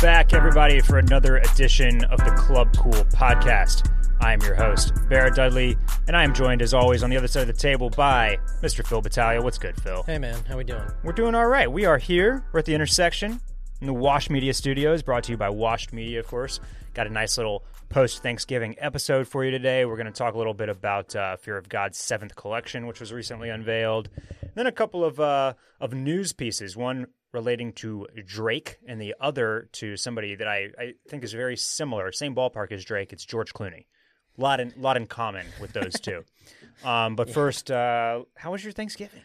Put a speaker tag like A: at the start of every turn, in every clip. A: back, everybody, for another edition of the Club Cool podcast. I am your host, Barrett Dudley, and I am joined, as always, on the other side of the table by Mr. Phil Battaglia. What's good, Phil?
B: Hey man, how we doing?
A: We're doing all right. We are here. We're at the intersection in the Wash Media Studios, brought to you by Washed Media, of course. Got a nice little post Thanksgiving episode for you today. We're going to talk a little bit about uh, Fear of God's seventh collection, which was recently unveiled. And then a couple of uh, of news pieces. One relating to Drake, and the other to somebody that I, I think is very similar, same ballpark as Drake. It's George Clooney. Lot in lot in common with those two. um, but first, uh, how was your Thanksgiving?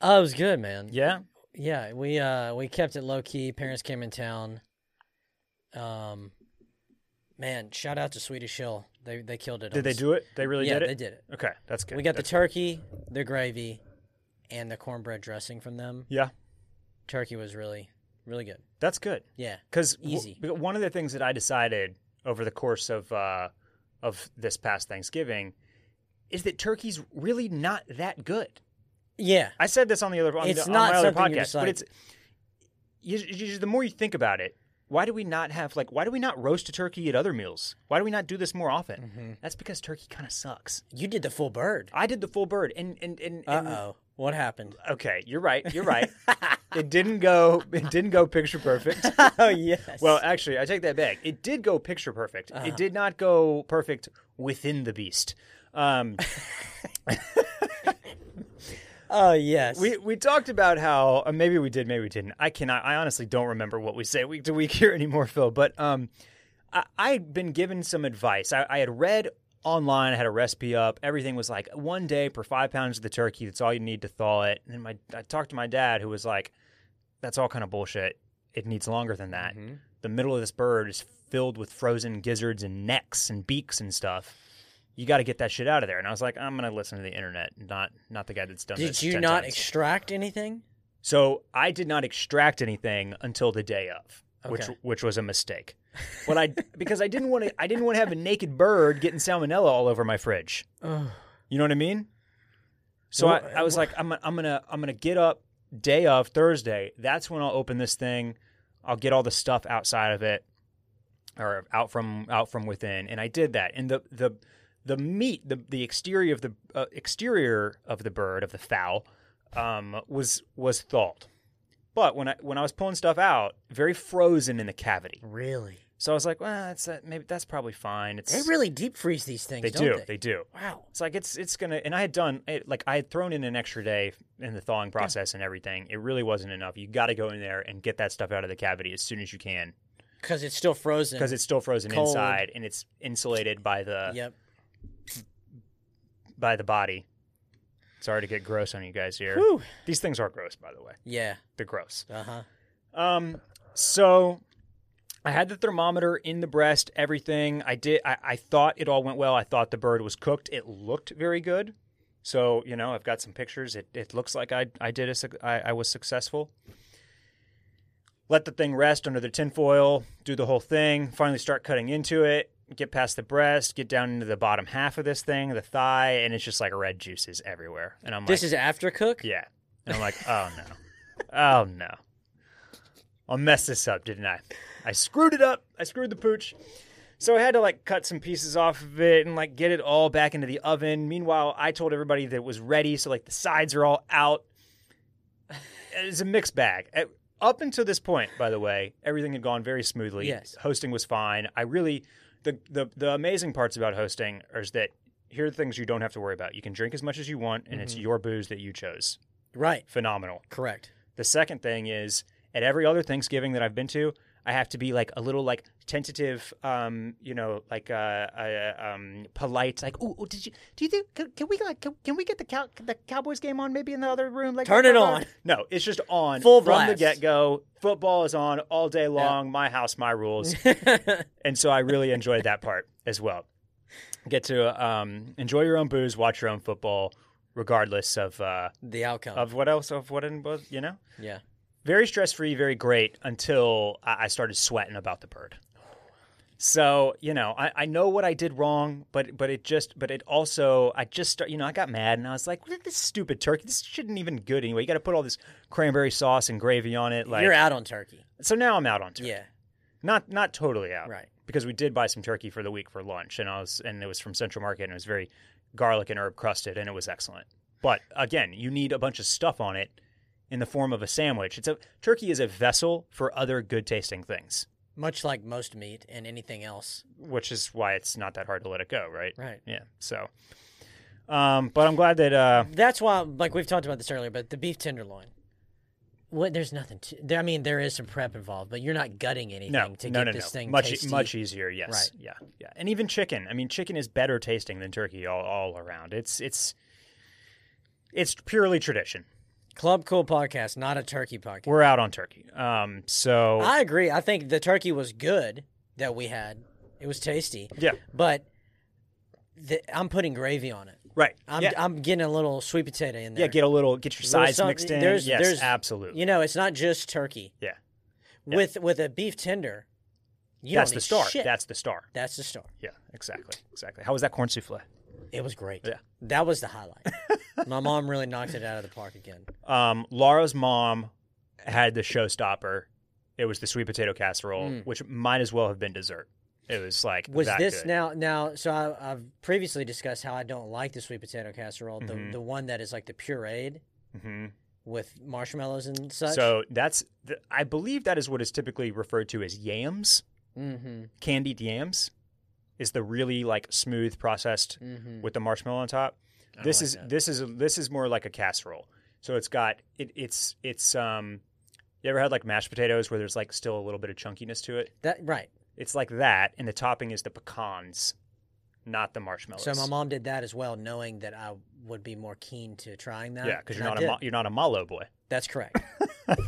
B: Oh, it was good, man.
A: Yeah,
B: Yeah, we uh we kept it low key. Parents came in town. Um, man, shout out to Swedish Hill. They they killed it. on
A: did they
B: this-
A: do it? They really
B: yeah,
A: did it.
B: they did it.
A: Okay, that's good.
B: We got the
A: That's-
B: turkey, the gravy, and the cornbread dressing from them.
A: yeah.
B: Turkey was really really good.
A: That's good.
B: Yeah,
A: Because
B: Easy.
A: one of the things that I decided over the course of uh, of this past Thanksgiving is that turkey's really not that good.
B: yeah,
A: I said this on the other on,
B: It's
A: the, on
B: not
A: my other
B: something you
A: podcast,
B: decide.
A: but it's you, you- the more you think about it. Why do we not have like? Why do we not roast a turkey at other meals? Why do we not do this more often?
B: Mm-hmm.
A: That's because turkey kind of sucks.
B: you did the full bird.
A: I did the full bird, and and and,
B: Uh
A: and
B: oh, what happened?
A: okay, you're right, you're right. it didn't go. It didn't go picture perfect.
B: oh yes.
A: Well, actually, I take that back. It did go picture perfect. It did not go perfect within the beast. Um,
B: oh yes.
A: we we talked about how uh, maybe we did, maybe we didn't. I cannot. I honestly don't remember what we say week to week here anymore, Phil. But um, I, I'd been given some advice. I, I had read online. I had a recipe up. Everything was like one day per five pounds of the turkey. That's all you need to thaw it. And then my I talked to my dad, who was like, "That's all kind of bullshit. It needs longer than that."
B: Mm-hmm.
A: The middle of this bird is filled with frozen gizzards and necks and beaks and stuff. You got to get that shit out of there. And I was like, I'm gonna listen to the internet, not not the guy that's done
B: did
A: this
B: you
A: 10
B: not
A: times.
B: extract anything?
A: So I did not extract anything until the day of, which
B: Okay.
A: which was a mistake. What I because I didn't want to I didn't want to have a naked bird getting salmonella all over my fridge. You know what I mean? So I, I was like, I'm gonna- I'm gonna I'm gonna get up day of Thursday. That's when I'll open this thing. I'll get all the stuff outside of it, or out from out from within. And I did that. And the the the meat, the the exterior of the uh, exterior of the bird of the fowl, um, was was thawed. But when I when I was pulling stuff out, very frozen in the cavity.
B: Really?
A: So I was like, well, that's that, maybe that's probably fine. It's
B: They really deep freeze these things.
A: they
B: don't
A: do
B: They?
A: they do.
B: wow.
A: It's like it's it's gonna, and I had done it, like I had thrown in an extra day in the thawing process and everything. It really wasn't enough. You got to go in there and get that stuff out of the cavity as soon as you can
B: Because it's still frozen.
A: because it's uh, still frozen
B: Cold.
A: inside and it's insulated by the
B: yep.
A: by the body. Sorry to get gross on you guys here.
B: Whew.
A: These things are gross, by the way.
B: Yeah.
A: They're gross.
B: Uh huh.
A: Um, so I had the thermometer in the breast, everything. I did. I, I thought it all went well. I thought the bird was cooked. It looked very good. So you know, I've got some pictures. It, it looks like I I did a suc- I, I was successful. Let the thing rest under the tinfoil. Do the whole thing. Finally, start cutting into it. Get past the breast. Get down into the bottom half of this thing, the thigh, and it's just like red juices everywhere. And I'm like,
B: This is after cook.
A: yeah. And I'm like, oh no. Oh no. I'll mess this up, didn't I? I screwed it up. I screwed the pooch. So I had to like cut some pieces off of it and like get it all back into the oven. Meanwhile, I told everybody that it was ready, so like the sides are all out. It's a mixed bag. Uh, Up until this point, by the way, everything had gone very smoothly.
B: Yes.
A: Hosting was fine. I really the the the amazing parts about hosting is that here are the things you don't have to worry about. You can drink as much as you want and it's your booze that you chose
B: Right.
A: phenomenal.
B: Correct.
A: The second thing is at every other Thanksgiving that I've been to, I have to be like a little like tentative, um, you know, like uh, uh, um, polite, like, oh, oh, did you do you think can, can we like can, can we get the cow, the Cowboys game on maybe in the other room? Like,
B: Turn it on.
A: No, it's just on
B: Full
A: from the
B: blast.
A: get go. Football is on all day long. My house, my rules, and so I really enjoyed that part as well. Get to um, enjoy your own booze, watch your own football, regardless of uh,
B: The outcome.
A: of what else of what and you know
B: yeah.
A: very stress free, very great until I I started sweating about the bird. So you know, I, I know what I did wrong, but but it just but it also I just start, you know I got mad and I was like, "Look at this stupid turkey. This shouldn't even good anyway. You got to put all this cranberry sauce and gravy on it. Like
B: You're out on turkey.
A: so now I'm out on turkey.
B: Yeah.
A: Not not totally out.
B: Right.
A: Because we did buy some turkey for the week for lunch and I was and it was from Central Market and it was very garlic and herb crusted and it was excellent. But again, you need a bunch of stuff on it in the form of a sandwich. It's a turkey is a vessel for other good tasting things,
B: Much like most meat and anything else.
A: which is why it's not that hard to let it go, right?
B: Right.
A: Yeah. So um but I'm glad that uh
B: That's why, like we've talked about this earlier, but the beef tenderloin. What there's nothing to. There, I mean, there is some prep involved, but you're not gutting anything
A: no,
B: to
A: no,
B: get
A: no,
B: this
A: no.
B: thing
A: much e-,
B: tasty.
A: much easier. Yes,
B: Right.
A: yeah, yeah, and even chicken. I mean, chicken is better tasting than turkey all, all around. It's it's it's purely tradition.
B: Club Cool podcast, not a turkey podcast.
A: We're out on turkey. Um, so
B: I agree. I think the turkey was good that we had. It was tasty,
A: yeah,
B: but the, I'm putting gravy on it.
A: right.
B: I'm
A: yeah.
B: I'm getting a little sweet potato in there.
A: yeah, get a little get your
B: There's
A: sides
B: some-
A: mixed in.
B: there's-
A: yes,
B: there's-
A: absolutely.
B: You know, it's not just turkey.
A: Yeah. Yeah.
B: With with a beef tender, you
A: That's
B: don't
A: the
B: need
A: star.
B: shit.
A: That's the star.
B: That's the star.
A: Yeah, exactly, exactly. How was that corn souffle?
B: It was great.
A: Yeah.
B: That was the highlight. My mom really knocked it out of the park again.
A: Um, Laura's mom had the showstopper. It was the sweet potato casserole, which might as well have been dessert. It was like
B: Mm. Was
A: that
B: this
A: good.
B: now now so I, I've previously discussed how I don't like the sweet potato casserole,
A: Mm-hmm.
B: the the one that is like the pureed
A: Mhm.
B: with marshmallows and such.
A: So that's, th- I believe that is what is typically referred to as yams,
B: mm-hmm.
A: candied yams, is the really like smooth processed
B: Mhm.
A: with the marshmallow on top. This is this is this is more like a casserole. So it's got it, it's it's um, you ever had like mashed potatoes where there's like still a little bit of chunkiness to it?
B: That right.
A: It's like that, and the topping is the pecans, not the marshmallows.
B: So my mom did that as well, knowing that I would be more keen to trying that.
A: yeah, because you're
B: and I
A: not a
B: did.
A: mo- you're not a malo boy.
B: That's correct.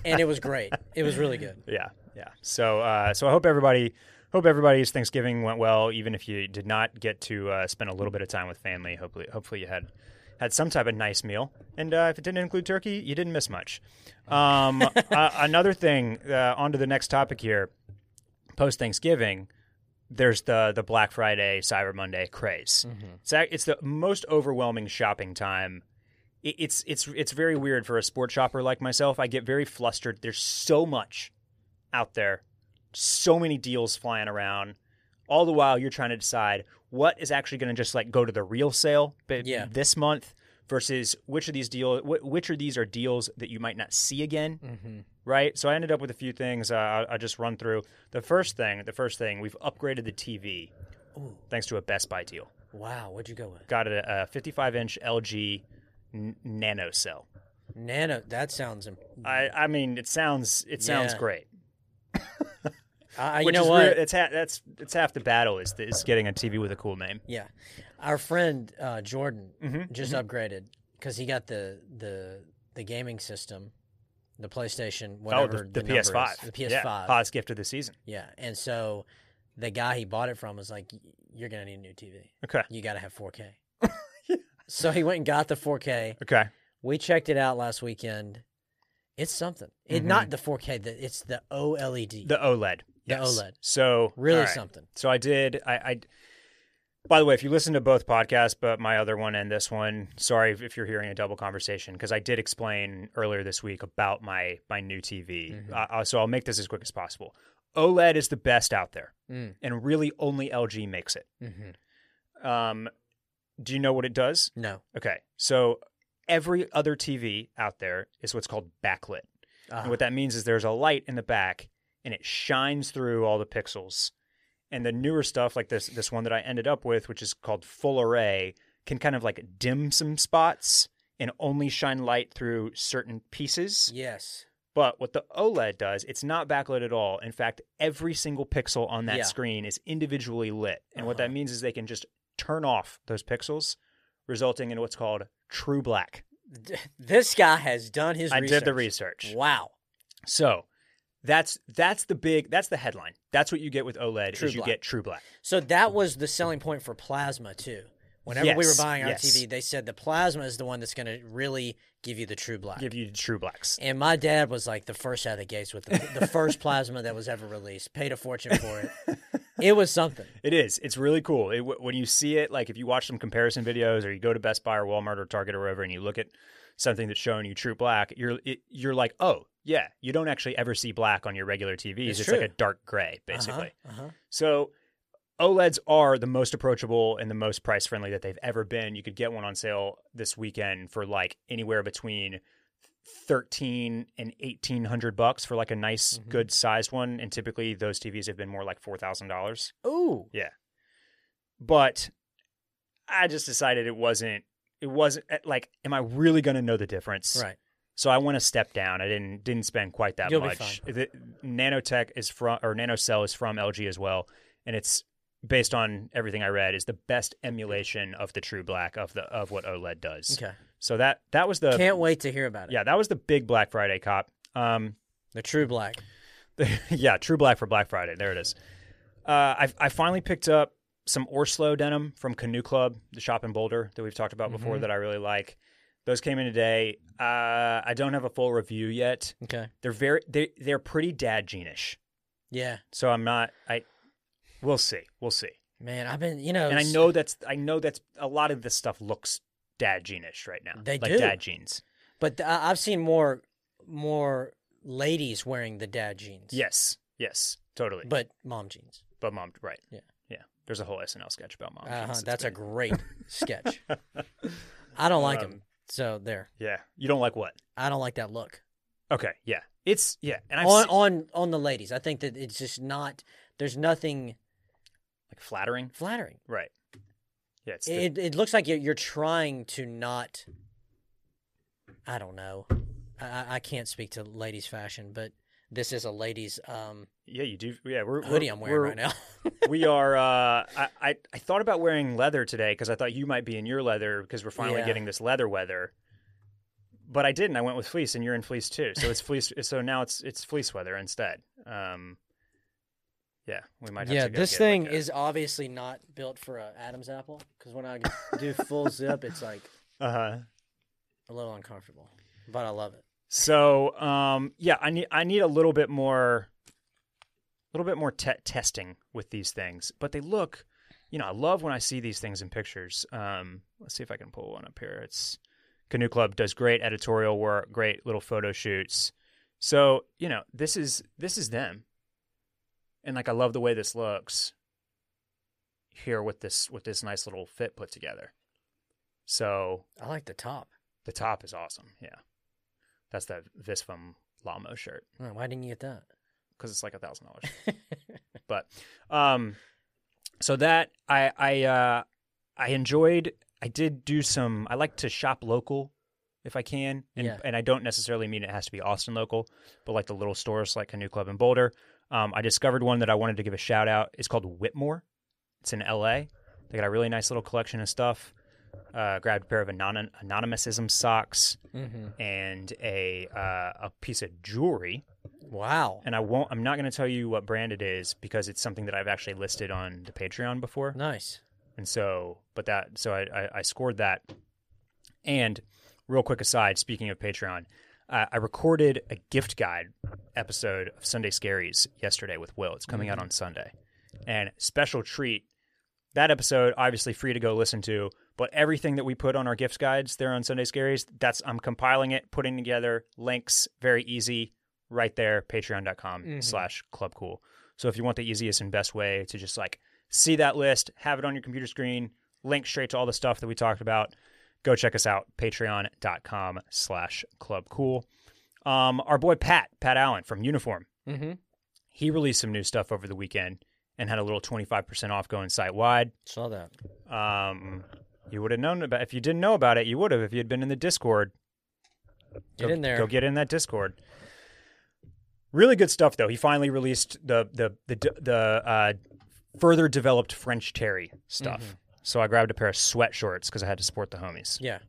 B: and it was great. It was really good.
A: Yeah, yeah. So, uh, so I hope everybody hope everybody's Thanksgiving went well, even if you did not get to uh, spend a little bit of time with family. Hopefully, hopefully you had had some type of nice meal, and uh, if it didn't include turkey, you didn't miss much. Um, uh, another thing, uh, on to the next topic here. Post Thanksgiving, there's the the Black Friday, Cyber Monday craze. It's ac- it's the most overwhelming shopping time it- it's it's it's very weird for a sports shopper like myself. I get very flustered. There's so much out there, so many deals flying around. All the while, you're trying to decide what is actually going to just like go to the real sale ba-
B: Yeah.
A: this month versus which of these deal wh- which of these are deals that you might not see again
B: Mm-hmm.
A: right? So I ended up with a few things. Uh, I'll, I'll just run through the first thing. The first thing we've upgraded the TV
B: Ooh.
A: thanks to a Best Buy deal.
B: Wow, what'd you go with?
A: Got a, a 55 inch LG n- Nano cell.
B: Nano. That sounds. Im-
A: I, I mean, it sounds it sounds
B: Yeah.
A: great.
B: I, I, you
A: Which
B: know
A: is
B: what?
A: rea- it's ha- that's it's half the battle is is getting a TV with a cool name.
B: Yeah, our friend uh, Jordan
A: Mhm,
B: just upgraded because he got the the the gaming system, the PlayStation, whatever
A: oh, the, the,
B: number is,
A: PS5,
B: the
A: yeah,
B: PS5. Yeah.
A: Hod's gift of the season.
B: and so the guy he bought it from was like, "Y- "You're gonna need a new TV.
A: Okay,
B: You got to have 4K." so he went and got the 4K.
A: okay,
B: We checked it out last weekend. It's something. It
A: Mhm.
B: not the 4K. The, it's the OLED.
A: the OLED, yes.
B: OLED.
A: So
B: E really
A: all right.
B: something.
A: So I did. I, I. By the way, if you listen to both podcasts, but my other one and this one, sorry if- if you're hearing a double conversation because I did explain earlier this week about my my new TV.
B: Mhm.
A: Uh, Uh, so I'll make this as quick as possible. OLED is the best out there,
B: Mm.
A: and really only LG makes it.
B: Mm-hmm.
A: Um, do you know what it does?
B: No.
A: Okay, so every other TV out there is what's called backlit.
B: Uh,
A: And what that means is there's a light in the back and it shines through all the pixels. And the newer stuff, like this this one that I ended up with, which is called full array, can kind of like dim some spots and only shine light through certain pieces.
B: yes.
A: But what the OLED does, it's not backlit at all. In fact, every single pixel on that
B: Yeah.
A: screen is individually lit. And what
B: Uh-huh.
A: that means is they can just turn off those pixels, resulting in what's called true black.
B: D- this guy has done his
A: I
B: research.
A: did the research.
B: Wow.
A: So that's that's the big that's the headline. That's what you get with OLED
B: True
A: is you
B: black.
A: get true black.
B: So that was the selling point for plasma too. Whenever we were
A: Yes,
B: buying our
A: yes.
B: TV, they said the plasma is the one that's going to really give you the true black.
A: Give you the true blacks.
B: and my dad was like the first out of the gates with the, the first plasma that was ever released. Paid a fortune for it. it was something.
A: It is. It's really cool. It, when you see it, like if you watch some comparison videos or you go to Best Buy or Walmart or Target or wherever, and you look at something that's showing you true black, you're it, you're like, oh, Yeah, you don't actually ever see black on your regular TVs.
B: It's
A: It's, like
B: true.
A: a dark gray, basically.
B: Uh-huh, uh-huh.
A: So OLEDs are the most approachable and the most price friendly that they've ever been. You could get one on sale this weekend for like anywhere between thirteen and eighteen hundred bucks for like a nice,
B: Mhm.
A: good sized one. And typically those TVs have been more like four thousand dollars.
B: Ooh.
A: But I just decided it wasn't. It wasn't eh, like, am I really going to know the difference?
B: Right.
A: So I want to step down. I didn't didn't spend quite that
B: You'll be
A: much. The, nanotech is from or NanoCell is from LG as well, and it's based on everything I read is the best emulation of the true black of the of what OLED does.
B: Okay.
A: So that that was the
B: Can't wait to hear about it.
A: yeah that was the big Black Friday cop. Um,
B: The True Black.
A: yeah, true black for Black Friday. There it is. Uh, I I finally picked up some Orslo denim from Canoe Club, the shop in Boulder that we've talked about before
B: Mhm.
A: that I really like. Those came in today. Uh, I don't have a full review yet
B: Okay.
A: they're very they they're pretty dad genish.
B: Yeah.
A: So I'm not I we'll see. We'll see.
B: Man, I've been, you know,
A: And I
B: s-
A: know that's I know that's a lot of this stuff looks dad genish right now.
B: They
A: like
B: do.
A: dad jeans.
B: but th- I- I've seen more more ladies wearing the dad jeans.
A: Yes. Yes. Totally. But,
B: But mom jeans.
A: mom right.
B: Yeah.
A: Yeah. There's a whole SNL sketch about mom.
B: Uh-huh.
A: jeans.
B: That's a
A: been-
B: great sketch. I don't like
A: Um,
B: them. So there.
A: Yeah. You don't like what?
B: I don't like that look.
A: Okay. Yeah. It's yeah. And I've
B: On,
A: seen-
B: on on the ladies. I think that it's just not there's nothing
A: like flattering.
B: flattering.
A: Right. Yeah, it's the-
B: It, it looks like you're, you're trying to not. I don't know. I- I, I can't speak to ladies' fashion, but this is a ladies' um,
A: yeah, you do. Yeah, we're
B: hoodie
A: we're,
B: I'm wearing
A: we're-
B: right now.
A: we are. Uh, I, I I thought about wearing leather today because I thought you might be in your leather because we're finally
B: Yeah.
A: getting this leather weather. But I didn't. I went with fleece, and you're in fleece too. So it's fleece. So now it's it's fleece weather instead. Um, yeah, we might. Have
B: yeah,
A: to go
B: this
A: get,
B: thing
A: like, a-
B: is obviously not built for a Adam's apple because when I do full zip, it's like
A: Uh-huh.
B: a little uncomfortable, but I love it.
A: So um, yeah, I need I need a little bit more, a little bit more te- testing with these things. But they look, you know, I love when I see these things in pictures. Um, let's see if I can pull one up here. It's Canoe Club does great editorial work, great little photo shoots. So you know, this is this is them, and like I love the way this looks here with this with this nice little fit put together. So
B: I like the top.
A: the top is awesome. Yeah. That's that Visfum Lamo shirt
B: Oh, Why didn't you get that?
A: because it's like a thousand dollars. But um, so that I I uh, I enjoyed. I did do some. I like to shop local if I can, and
B: Yeah.
A: and I don't necessarily mean it has to be Austin local, but like the little stores like Canoe Club in Boulder. Um, I discovered one that I wanted to give a shout out. It's called Whitmore. It's in L.A. They got a really nice little collection of stuff. Uh, grabbed a pair of anon- anonymousism socks
B: mm-hmm.
A: and a uh, a piece of jewelry
B: Wow.
A: and I won't. I'm not going to tell you what brand it is because it's something that I've actually listed on the Patreon before.
B: Nice.
A: And so, but that, so I, I, I scored that. And real quick aside, speaking of Patreon, uh, I recorded a gift guide episode of Sunday Scaries yesterday with Will. It's coming out on Sunday. And special treat that episode, obviously free to go listen to, but everything that we put on our gift guides there on Sunday Scaries, that's, I'm compiling it, putting together links, very easy, right there, patreon.com
B: Mhm.
A: slash club cool. So if you want the easiest and best way to just like see that list, have it on your computer screen, link straight to all the stuff that we talked about, go check us out, patreon.com slash club cool. Um, our boy Pat, Pat Allen from Uniform,
B: Mm-hmm.
A: he released some new stuff over the weekend and had a little 25% off going site wide.
B: Saw that.
A: Um, you would have known about if you didn't know about it, you would have if you had been in the Discord.
B: Get
A: Go-
B: in there.
A: Go get in that Discord. Really good stuff, though. He finally released the the the d- the uh, further developed French Terry stuff.
B: Mm-hmm.
A: So I grabbed a pair of sweatshorts because I had to support the homies.
B: Yeah.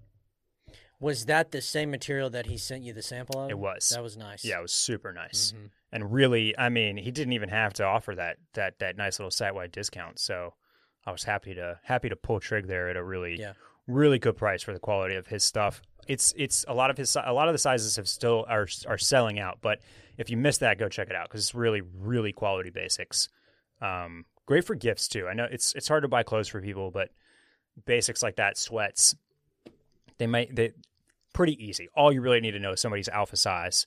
B: Was that the same material that he sent you the sample of?
A: It was.
B: That was nice.
A: Yeah, it was super nice
B: Mhm.
A: and really. I mean, he didn't even have to offer that that that nice little site wide discount. So I was happy to happy to pull trig there at a really
B: Yeah.
A: really good price for the quality of his stuff. It's it's a lot of his si- a lot of the sizes have still are are selling out, but if you miss that, go check it out because it's really really quality basics. Um, great for gifts too. I know it's it's hard to buy clothes for people, but basics like that, sweats, they might they pretty easy. All you really need to know is somebody's alpha size,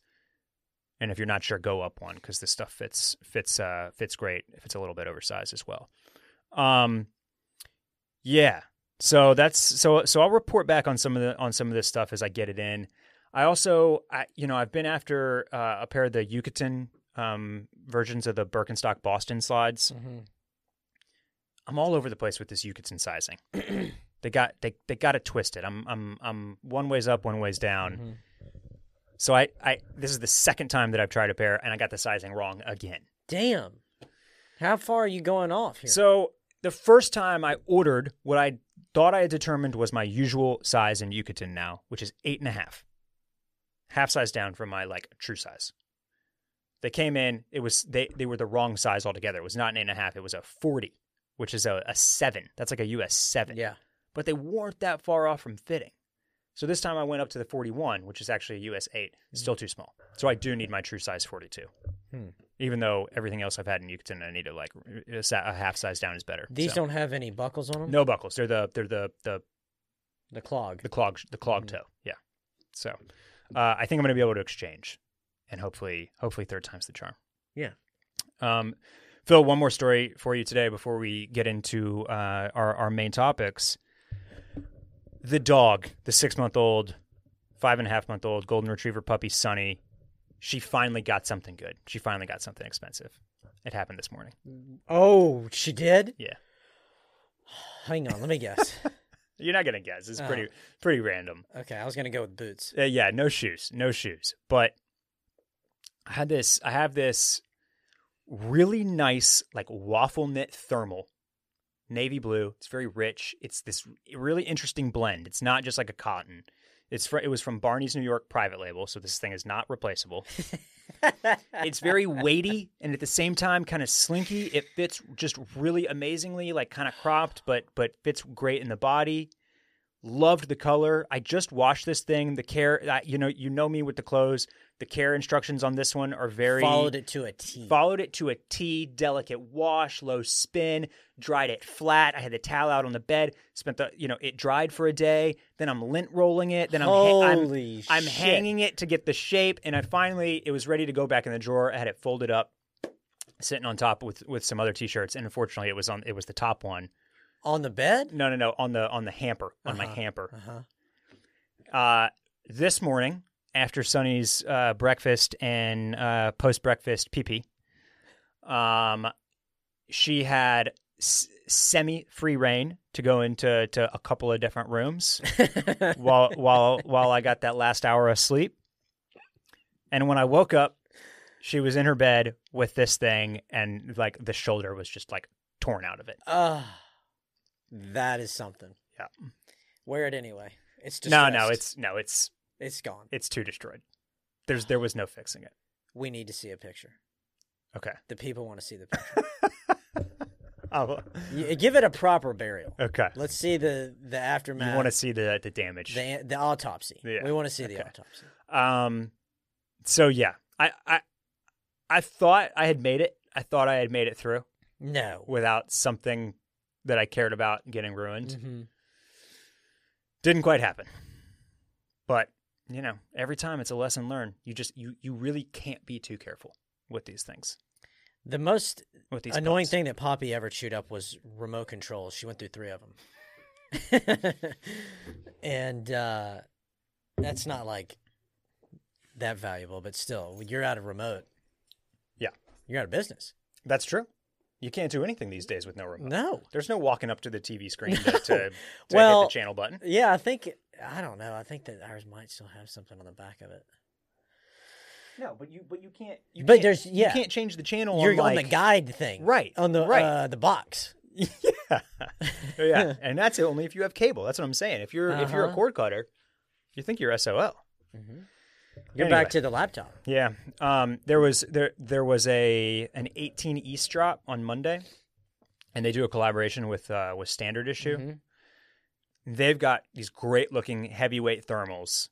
A: And if you're not sure, go up one because this stuff fits fits uh, fits great if it's a little bit oversized as well. Um, yeah. So that's so so I'll report back on some of the on some of this stuff as I get it in. I also I you know I've been after uh, a pair of the Yucatan um, versions of the Birkenstock Boston slides. I'm all over the place with this Yucatan sizing. they got they they got it twisted. I'm I'm I'm one ways up, one ways down.
B: Mhm.
A: So I I this is the second time that I've tried a pair and I got the sizing wrong again.
B: Damn. How far are you going off here?
A: So the first time I ordered what I thought I had determined was my usual size in Yucatan now, which is eight and a half. Half size down from my like true size. They came in, it was they they were the wrong size altogether. It was not an eight and a half, it was a forty, which is a, a seven. That's like a US seven.
B: yeah.
A: But they weren't that far off from fitting. So this time I went up to the 41, which is actually a US 8, still too small. So I do need my true size 42.
B: Hmm.
A: Even though everything else I've had in Yucatan, I need to like a sa- a half size down is better.
B: These
A: So-
B: don't have any buckles on them.
A: no buckles. They're the they're the the
B: The clog.
A: the clog the clog
B: Hmm.
A: toe. Yeah. So uh, I think I'm going to be able to exchange, and hopefully hopefully third time's the charm.
B: Yeah.
A: Um, Phil, one more story for you today before we get into uh, our our main topics. The dog, the six month old, five and a half month old golden retriever puppy Sunny, she finally got something good. She finally got something expensive. It happened this morning.
B: Oh, she did?
A: Yeah.
B: Hang on, let me guess.
A: You're not gonna guess. It's
B: Oh.
A: pretty pretty random.
B: okay, I was gonna go with boots.
A: Uh, yeah, no shoes, no shoes. But I had this. I have this really nice, like waffle knit thermal, navy blue. It's very rich. It's this really interesting blend. It's not just like a cotton. It's fr- it was from Barney's New York private label, so this thing is not replaceable. it's very weighty and at the same time kind of slinky. It fits just really amazingly, like kind of cropped, but but fits great in the body loved the color. I just washed this thing. The care, I, you know, you know me with the clothes. The care instructions on this one are very
B: Followed it to a T.
A: followed it to a T. Delicate wash, low spin, dried it flat. I had the towel out on the bed. Spent the, you know, it dried for a day. Then I'm lint rolling it. Then I'm ha- I'm-
B: Holy
A: I'm
B: shit.
A: hanging it to get the shape, and I finally it was ready to go back in the drawer. I had it folded up, sitting on top with with some other t-shirts, and unfortunately, it was on it was the top one.
B: on the bed?
A: No, no, no, on the on the hamper on my
B: Uh-huh.
A: hamper.
B: Uh-huh.
A: Uh, this morning, after Sonny's uh, breakfast and uh, post breakfast pee pee, um, she had s- semi free reign to go into to a couple of different rooms while while while I got that last hour of sleep. And when I woke up, she was in her bed with this thing, and like the shoulder was just like torn out of it.
B: Ah, that is something.
A: Yeah.
B: Wear it anyway. It's just
A: No, no, it's no, it's
B: it's gone.
A: it's too destroyed. There's there was no fixing it.
B: We need to see a picture.
A: Okay.
B: The people want to see the picture.
A: I'll-
B: Y- Give it a proper burial.
A: Okay.
B: Let's see the the
A: You
B: aftermath.
A: want to see the the damage.
B: the the autopsy.
A: Yeah.
B: We want to see the
A: Okay.
B: autopsy.
A: Um. So yeah, I I I thought I had made it. I thought I had made it through
B: No.
A: without something that I cared about getting ruined.
B: Mhm.
A: Didn't quite happen. But you know, every time it's a lesson learned. You just you you really can't be too careful with these things.
B: The most
A: With these
B: annoying
A: pups.
B: thing that Poppy ever chewed up was remote controls. She went through three of them, and uh, that's not like that valuable. But still, when you're out of remote.
A: Yeah.
B: you're out of business.
A: That's true. You can't do anything these days with no remote.
B: No.
A: There's no walking up to the TV screen to, to, to
B: Well,
A: hit the channel button.
B: Yeah, I think I don't know. I think that ours might still have something on the back of it.
A: No, but you but you can't. You
B: But
A: can't-
B: there's- yeah.
A: you can't change the channel.
B: you're
A: on,
B: on the
A: like-
B: guide thing,
A: Right,
B: On the
A: right.
B: uh, the box.
A: yeah, Oh, yeah, and that's only if you have cable. That's what I'm saying. If you're if you're a
B: Uh-huh.
A: cord cutter, you think you're SOL.
B: You're
A: Anyway.
B: back to the laptop.
A: Yeah. Um. There was there there was a an 18 East drop on Monday, and they do a collaboration with uh, with Standard Issue.
B: Mhm.
A: They've got these great looking heavyweight thermals,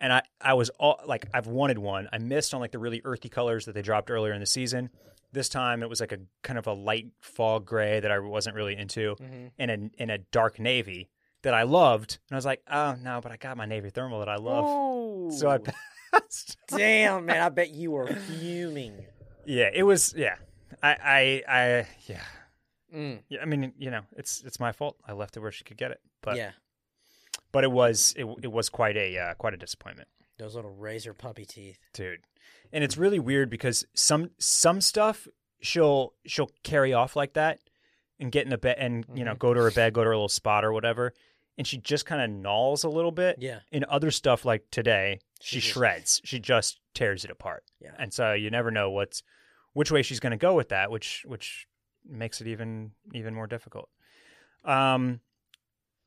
A: and I I was all like I've wanted one. I missed on like the really earthy colors that they dropped earlier in the season. This time it was like a Mm-hmm. kind of a light fog gray that I wasn't really into, and a and a dark navy that I loved, and I was like, oh no, but I got my Navy thermal that I love, so I passed.
B: Damn, man, I bet you were fuming.
A: yeah, it was. Yeah, I, I, I, yeah.
B: Mm,
A: yeah. I mean, you know, it's it's my fault. I left it where she could get it, but
B: yeah,
A: but it was it, it was quite a uh, quite a disappointment.
B: those little razor puppy teeth.
A: dude and it's really weird because some some stuff she'll she'll carry off like that and get in a bed and you know
B: Mhm.
A: go to her bed go to her little spot or whatever and she just kind of gnaws a little bit
B: Yeah,
A: and other stuff like today she,
B: She just-
A: shreds she just tears it apart
B: yeah.
A: and so you never know what's which way she's going to go with that which which makes it even even more difficult um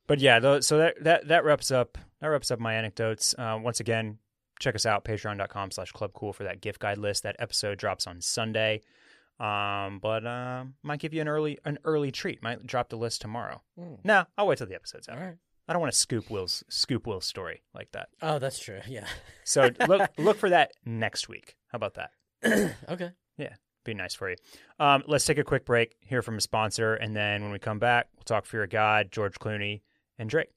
A: but yeah tho- so that that that wraps up that wraps up my anecdotes uh, once again check us out patreon.com slash club cool for that gift guide list that episode drops on sunday um but um might give you an early an early treat might drop the list tomorrow
B: Mm.
A: no i'll wait till the episode's
B: All
A: out
B: right.
A: i don't want to scoop will's scoop will's story like that
B: Oh, that's true. Yeah.
A: so look look for that next week how about that
B: okay.
A: be nice for you. Um, let's take a quick break, hear from a sponsor, and then when we come back, we'll talk Fear of God, George Clooney, and Drake.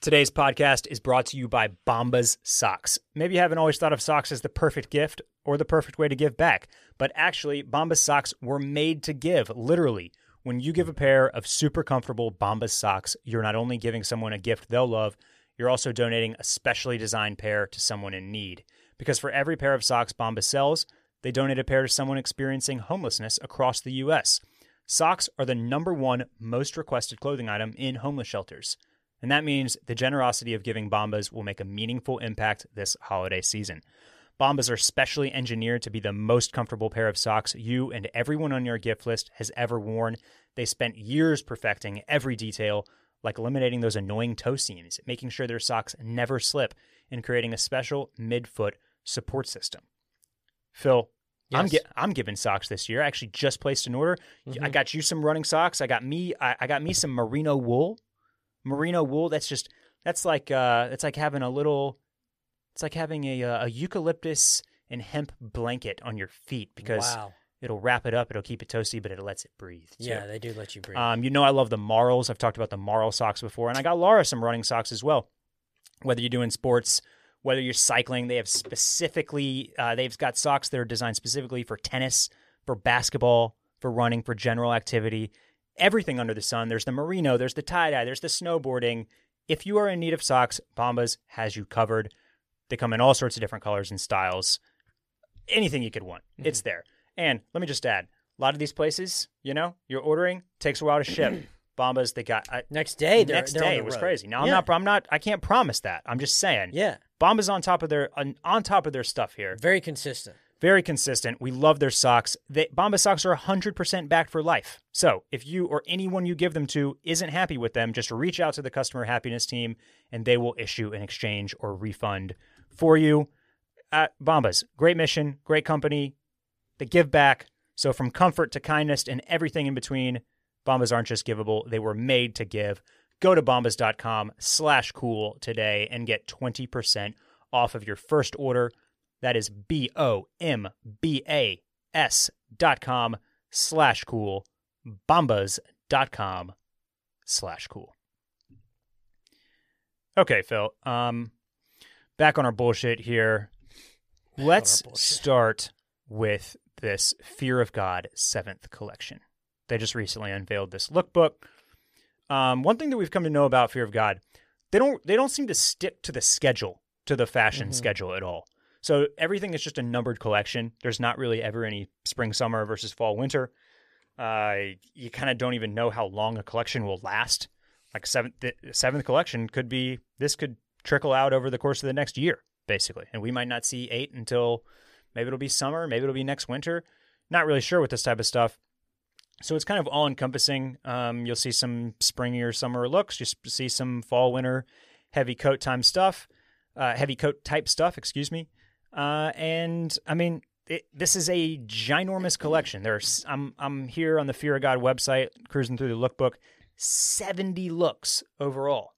A: Today's podcast is brought to you by Bombas Socks. Maybe you haven't always thought of socks as the perfect gift or the perfect way to give back, but actually, Bombas Socks were made to give, literally. When you give a pair of super comfortable Bombas socks, you're not only giving someone a gift they'll love, you're also donating a specially designed pair to someone in need. Because for every pair of socks Bombas sells, they donate a pair to someone experiencing homelessness across the U.S. Socks are the number one most requested clothing item in homeless shelters. And that means the generosity of giving Bombas will make a meaningful impact this holiday season. Bombas are specially engineered to be the most comfortable pair of socks you and everyone on your gift list has ever worn. They spent years perfecting every detail, like eliminating those annoying toe seams, making sure their socks never slip, and creating a special midfoot support system. Phil, I'm
B: Yes. Mm-hmm.
A: gi- I'm giving socks this year. I actually just placed an order. Y- I got you some running socks. I got me I, I got me some merino wool. Merino wool. That's just that's like uh that's like having a little it's like having a uh, a eucalyptus and hemp blanket on your feet because
B: wow.
A: it'll wrap it up, it'll keep it toasty, but it lets it breathe. too.
B: Yeah, they do let you breathe.
A: Um, you know, I love the Marls. I've talked about the Marl socks before, and I got Laura some running socks as well. Whether you're doing sports, whether you're cycling, they have specifically uh, they've got socks that are designed specifically for tennis, for basketball, for running, for general activity, everything under the sun. There's the merino, there's the tie dye, there's the snowboarding. If you are in need of socks, Bombas has you covered. They come in all sorts of different colors and styles. Anything you could want,
B: Mm-hmm.
A: it's there. And let me just add, a lot of these places, you know, you're ordering takes a while to ship. Bombas, they got I,
B: next day, they're,
A: next
B: they're on
A: day
B: the
A: it was
B: road.
A: crazy. Now I'm
B: Yeah.
A: not, I'm not, I can't promise that. I'm just saying,
B: Yeah,
A: Bombas on top of their on, on top of their stuff here.
B: very consistent.
A: Very consistent. We love their socks. They, Bombas socks are 100% backed for life. So if you or anyone you give them to isn't happy with them, just reach out to the customer happiness team and they will issue an exchange or refund for you. Uh, Bombas, great mission, great company. They give back. So from comfort to kindness and everything in between, Bombas aren't just givable. They were made to give. Go to bombas.com slash cool today and get 20% off of your first order. That is B O M B A S dot com slash cool. Bombas dot com slash cool. Okay, Phil. Um back on our bullshit here.
B: on our
A: Let's
B: bullshit.
A: start with this Fear of God seventh collection. They just recently unveiled this lookbook. Um, one thing that we've come to know about Fear of God, they don't they don't seem to stick to the schedule, to the fashion
B: Mhm.
A: schedule at all. So everything is just a numbered collection. There's not really ever any spring summer versus fall winter. Uh, you kind of don't even know how long a collection will last. Like seventh the seventh collection could be this could trickle out over the course of the next year basically, and we might not see eight until maybe it'll be summer, maybe it'll be next winter. Not really sure with this type of stuff. So it's kind of all encompassing. Um, you'll see some springy or summer looks. You s- see some fall winter heavy coat time stuff, uh, heavy coat type stuff. Excuse me. Uh, and I mean, it, this is a ginormous collection. There's I'm I'm here on the Fear of God website cruising through the lookbook. Seventy looks overall.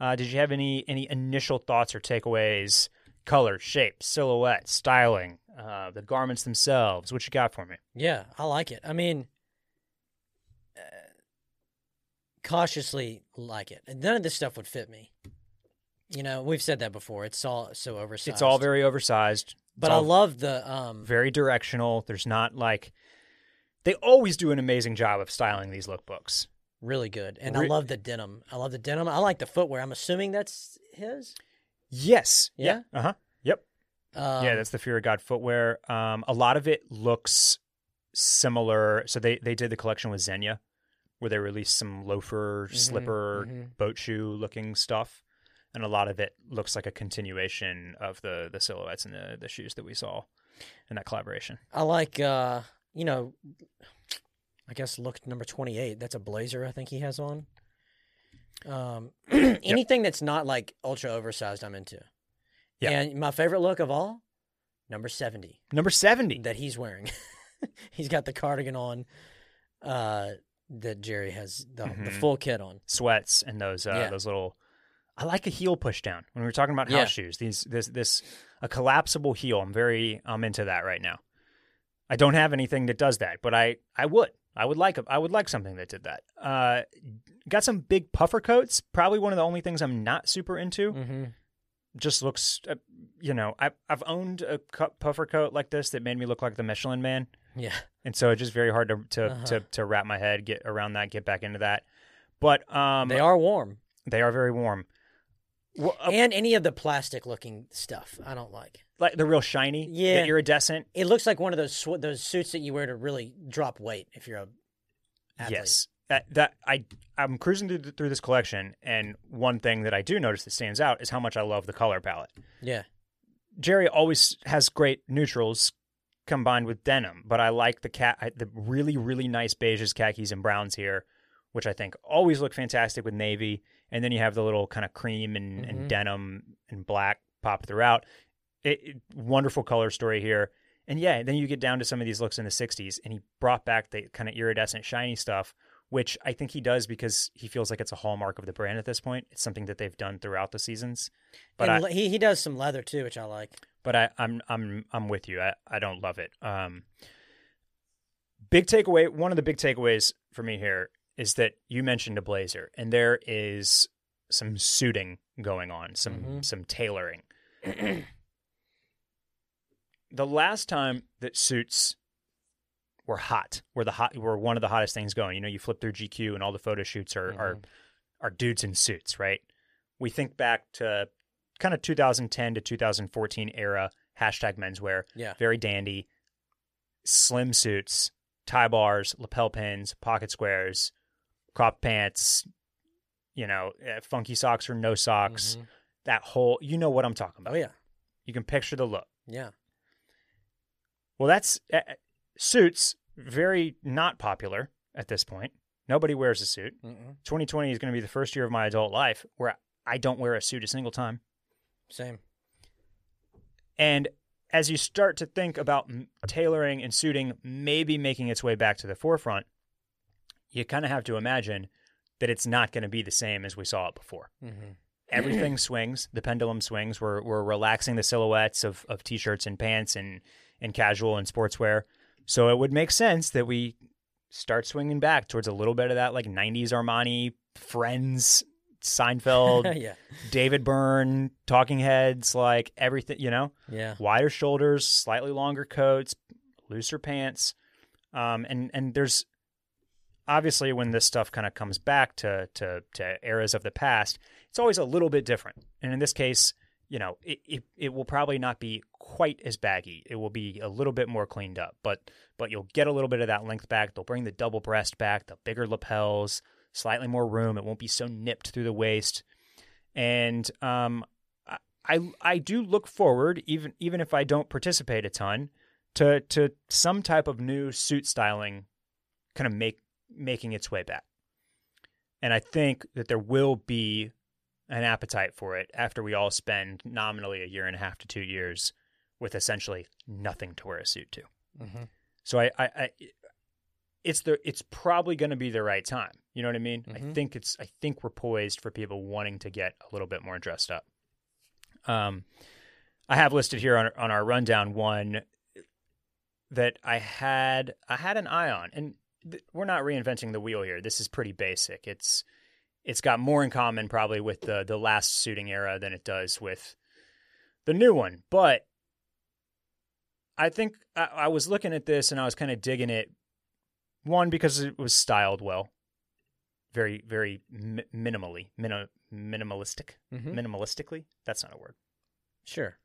A: Uh, did you have any any initial thoughts or takeaways? Color, shape, silhouette, styling, uh, the garments themselves. What you got for me?
B: Yeah, I like it. I mean, uh, cautiously like it. And none of this stuff would fit me. You know, we've said that before. It's all so oversized.
A: It's all very oversized.
B: But
A: it's all
B: I love the um
A: very directional. There's not like they always do an amazing job of styling these lookbooks.
B: really good, and I
A: Re-
B: love the denim. I love the denim. I like the footwear. I'm assuming that's his.
A: Yes.
B: Yeah?
A: Uh huh. Yep.
B: Um,
A: yeah, that's the Fear of God footwear. Um, a lot of it looks similar. So they they did the collection with Xenia, where they released some loafer,
B: mhm,
A: slipper,
B: mhm.
A: boat shoe looking stuff, and a lot of it looks like a continuation of the the silhouettes and the the shoes that we saw in that collaboration.
B: I like uh you know, I guess look number twenty eight. That's a blazer. I think he has on. Um, anything that's not like ultra oversized, I'm into.
A: Yeah.
B: And my favorite look of all, number seventy.
A: Number seventy.
B: that he's wearing. he's got the cardigan on uh, that Jerry has the, the
A: Mhm.
B: full kit on.
A: sweats and those uh,
B: Yeah.
A: those little. I like a heel push down when we were talking about house
B: Yeah.
A: shoes. These this this a collapsible heel. I'm very I'm into that right now. I don't have anything that does that, but I I would I would like a- I would like something that did that. Uh, got some big puffer coats. Probably one of the only things I'm not super into.
B: Mm-hmm.
A: Just looks, uh, you know, I I've owned a cu- puffer coat like this that made me look like the Michelin Man.
B: Yeah.
A: And so it's just very hard to to,
B: Uh-huh.
A: to to wrap my head, get around that, get back into that. But um,
B: they are warm.
A: they are very warm. Wha- uh,
B: and any of the plastic looking stuff, I don't like.
A: like the real shiny,
B: Yeah.
A: the iridescent.
B: It looks like one of those sw- those suits that you wear to really drop weight if you're a athlete.
A: Yes, that that I I'm cruising through, through this collection, and one thing that I do notice that stands out is how much I love the color palette.
B: Yeah.
A: Jerry always has great neutrals combined with denim, but I like the cat I- the really really nice beiges, khakis, and browns here, which I think always look fantastic with navy. And then you have the little kind of cream and,
B: Mhm.
A: and denim and black pop throughout. It, it- wonderful color story here. And yeah, then you get down to some of these looks in the '60s, and he brought back the kind of iridescent, shiny stuff, which I think he does because he feels like it's a hallmark of the brand at this point. It's something that they've done throughout the seasons. But I,
B: and le- he he does some leather too, which I like.
A: but I, I'm I'm I'm with you. I, I don't love it. Um, big takeaway. One of the big takeaways for me here is that you mentioned a blazer, and there is some suiting going on, some
B: Mhm.
A: some tailoring. the last time that suits were hot, were the hot, were one of the hottest things going. You know, you flip through GQ, and all the photo shoots are are
B: Mm-hmm.
A: are dudes in suits, right? We think back to kind of 2010 to 2014 era hashtag menswear.
B: Yeah.
A: Very dandy, slim suits, tie bars, lapel pins, pocket squares, crop pants, you know, eh, funky socks or no socks.
B: Mhm.
A: That whole, you know what I'm talking about.
B: Oh yeah.
A: You can picture the look.
B: Yeah.
A: Well, that's eh, eh, suits, very not popular at this point. Nobody wears a suit.
B: Mm-mm.
A: 2020 is going to be the first year of my adult life where I don't wear a suit a single time.
B: Same.
A: And as you start to think about m- tailoring and suiting maybe making its way back to the forefront, you kind of have to imagine that it's not going to be the same as we saw it before.
B: Mm-hmm.
A: Everything swings, the pendulum swings. We're, we're relaxing the silhouettes of, of t shirts and pants and, and casual and sportswear. So it would make sense that we start swinging back towards a little bit of that like 90s Armani, Friends, Seinfeld,
B: yeah.
A: David Byrne, Talking Heads, like everything, you know?
B: Yeah.
A: wider shoulders, slightly longer coats, looser pants, um, and and there's obviously when this stuff kind of comes back to, to to eras of the past, it's always a little bit different. And in this case, you know, it, it it will probably not be quite as baggy. It will be a little bit more cleaned up, but but you'll get a little bit of that length back. They'll bring the double breast back, the bigger lapels, slightly more room. It won't be so nipped through the waist. And um, I- I I do look forward, even even if I don't participate a ton, to to some type of new suit styling, kind of make making its way back. And I think that there will be an appetite for it after we all spend nominally a year and a half to two years with essentially nothing to wear a suit to.
B: Mm-hmm.
A: So I, I, I it's the it's probably going to be the right time. You know what I mean? I
B: Mhm.
A: think it's I think we're poised for people wanting to get a little bit more dressed up. Um, I have listed here on on our rundown one that I had I had an eye on, and th- we're not reinventing the wheel here. This is pretty basic. It's it's got more in common probably with the the last suiting era than it does with the new one. But I think I, I was looking at this and I was kind of digging it. One because it was styled well, very very mi- minimally mini- minimalistic
B: Mhm.
A: minimalistically. That's not a word,
B: Sure.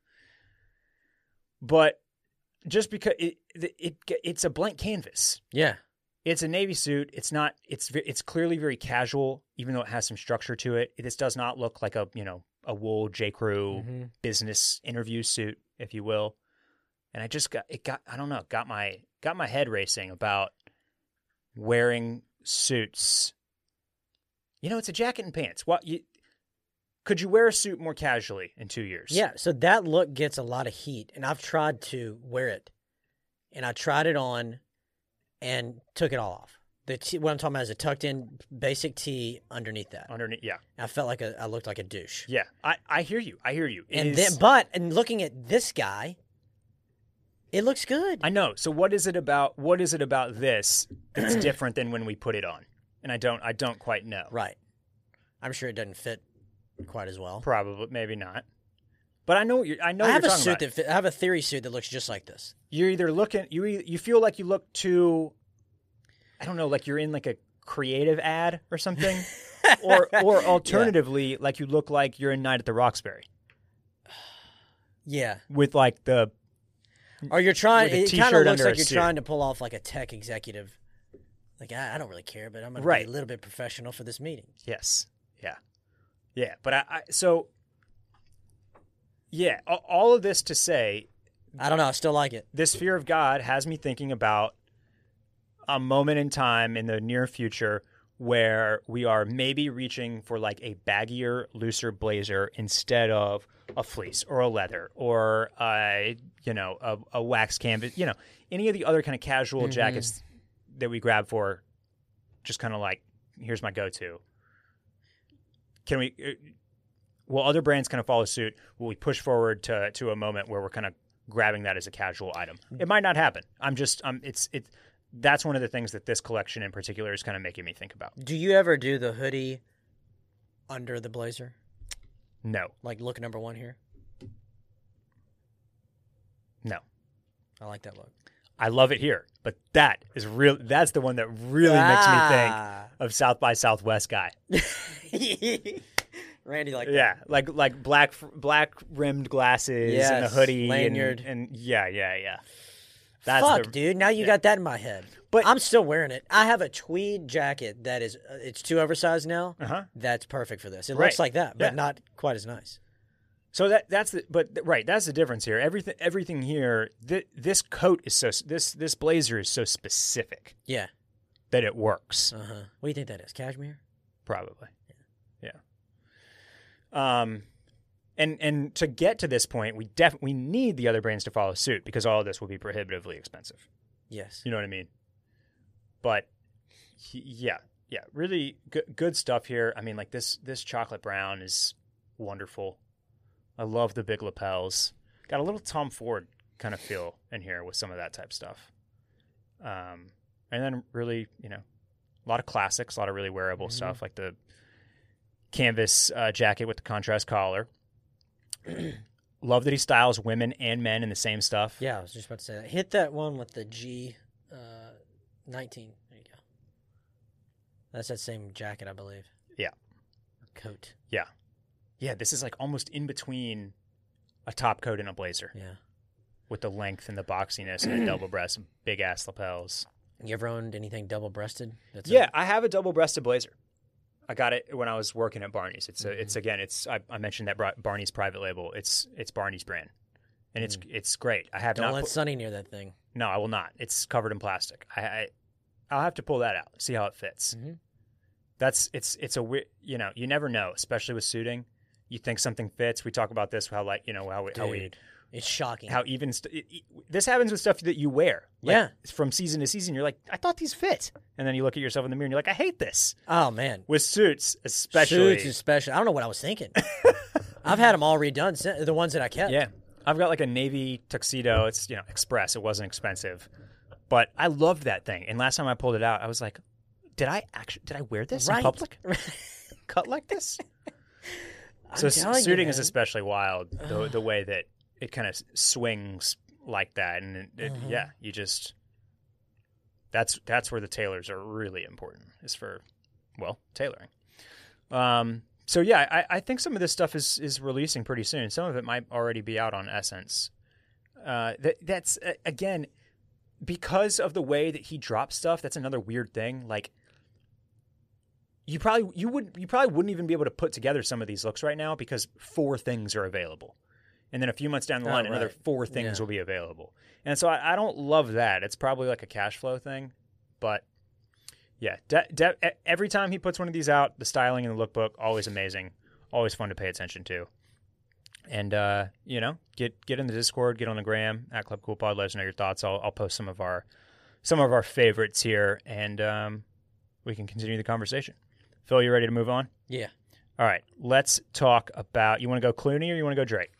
A: but just because it, it it it's a blank canvas.
B: Yeah.
A: It's a navy suit. It's not. It's ve- it's clearly very casual, even though it has some structure to it. This does not look like a you know a wool J Crew
B: Mhm.
A: business interview suit, if you will. And I just got it got I don't know got my got my head racing about wearing suits. You know, it's a jacket and pants. What you could you wear a suit more casually in two years?
B: Yeah. So that look gets a lot of heat, and I've tried to wear it, and I tried it on, and took it all off. The t- what I'm talking about is a tucked in basic tee underneath that.
A: underneath. Yeah,
B: I felt like a, I looked like a douche.
A: yeah. I I hear you. I hear you. It
B: and
A: is-
B: then, but and looking at this guy, it looks good.
A: I know. So what is it about? What is it about this that's different than when we put it on? And I don't. I don't quite know.
B: right. I'm sure it doesn't fit quite as well.
A: Probably, maybe not. But I know what you're. I know.
B: I
A: what
B: have
A: you're
B: a
A: talking
B: suit
A: about.
B: that fit, I have a theory suit that looks just like this.
A: you're either looking you e- you feel like you look too I don't know like you're in like a creative ad or something or or alternatively like you look like you're in Night at the Roxbury
B: Yeah.
A: with like the
B: Or you're trying.
A: With a
B: It kind of
A: t-shirt
B: looks
A: under a
B: like you're
A: suit.
B: trying to pull off like a tech executive. Like I, I don't really care, but I'm gonna
A: Right.
B: be a little bit professional for this meeting.
A: yes yeah yeah but I, I so yeah a- all of this to say
B: I don't know. I still like it.
A: this fear of God has me thinking about a moment in time in the near future where we are maybe reaching for like a baggier, looser blazer instead of a fleece or a leather or a you know a, a wax canvas, you know any of the other kind of casual jackets that we grab for just kind of like here's my go-to. Can we? uh, Will other brands kind of follow suit? Will we push forward to to a moment where we're kind of grabbing that as a casual item? It might not happen. I'm just um, it's it. That's one of the things that this collection in particular is kind of making me think about.
B: Do you ever do the hoodie under the blazer?
A: No,
B: Like look number one here.
A: no,
B: I like that look.
A: I love it here, but that is real. That's the one that really makes me
B: Ah.
A: think of South by Southwest guy.
B: makes me think. Ah. Randy like that.
A: Yeah, like like black black rimmed glasses and the
B: Yes,
A: hoodie and-
B: lanyard.
A: and, yeah, yeah, yeah. That's
B: Fuck,
A: the,
B: dude. Now you got that in my head.
A: But-
B: But I'm still wearing it. I have a tweed jacket that is uh, it's too oversized now.
A: Uh-huh.
B: That's perfect for this. It
A: Right.
B: looks like that, but
A: Yeah.
B: not quite as nice.
A: So that that's the but th- right that's the difference here. Everything everything here th- this coat is so s- this this blazer is so specific
B: Yeah.
A: that it works
B: Uh huh. What do you think that is? Cashmere?
A: probably. Yeah. Um and and to get to this point we def we need the other brands to follow suit because all of this will be prohibitively expensive.
B: Yes.
A: You know what I mean? But he- yeah, yeah, really good good stuff here. I mean, like this this chocolate brown is wonderful. I love the big lapels. Got a little Tom Ford kind of feel in here with some of that type stuff. Um, and then really, you know, a lot of classics, a lot of really wearable stuff like the canvas uh, jacket with the contrast collar. love that he styles women and men in the same stuff.
B: Yeah, I was just about to say that. Hit that one with the G uh, 19. There you go. That's that same jacket, I believe.
A: Yeah.
B: Coat.
A: Yeah. Yeah, this is like almost in between a top coat and a blazer
B: Yeah.
A: with the length and the boxiness and the double breast and big ass lapels.
B: You ever owned anything double breasted? That's a-
A: Yeah, I have a double breasted blazer. I got it when I was working at Barney's. It's a, it's again, it's I, I mentioned that Bra- Barney's private label. It's it's Barney's brand, and it's it's great. I have
B: don't
A: not
B: let
A: pu-
B: Sunny near that thing.
A: no, I will not. It's covered in plastic. I, I I'll have to pull that out, see how it fits.
B: Mhm.
A: That's it's it's a weird, you know, you never know, especially with suiting. You think something fits. We talk about this how like you know how we how we
B: Dude, it's shocking.
A: how even st- it- it- this happens with stuff that you wear. Like,
B: Yeah.
A: from season to season, you're like, I thought these fit, and then you look at yourself in the mirror and you're like, I hate this.
B: oh, man.
A: With suits, especially.
B: Suits especially. I don't know what I was thinking. I've had them all redone, si- the ones that I kept.
A: Yeah. I've got like a navy tuxedo. It's, you know, express. It wasn't expensive. But I loved that thing. And last time I pulled it out, I was like, did I actually did I wear this
B: Right.
A: in public? cut like this?
B: I'm
A: so s-
B: telling you,
A: shooting is
B: man.
A: especially wild. The, the way that it kind of swings like that, and it, it,
B: Mhm.
A: yeah, you just that's that's where the tailors are really important. Is for well tailoring. Um. So yeah, I, I think some of this stuff is is releasing pretty soon. Some of it might already be out on Essence. Uh, that that's uh, again because of the way that he drops stuff. That's another weird thing. Like you probably you would you probably wouldn't even be able to put together some of these looks right now because four things are available, and then a few months down the
B: Oh,
A: line, another
B: right.
A: four things
B: Yeah.
A: will be available. And so I, I don't love that. It's probably like a cash flow thing, but yeah, de- de- e- every time he puts one of these out, the styling and the lookbook always amazing, always fun to pay attention to. And uh, you know, get get in the Discord, get on the gram at Club Cool Pod. Let us know your thoughts. I'll, I'll post some of our some of our favorites here, and um, we can continue the conversation. Phil, you ready to move on?
B: Yeah.
A: All right, let's talk about. You want to go Clooney or you want to go Drake?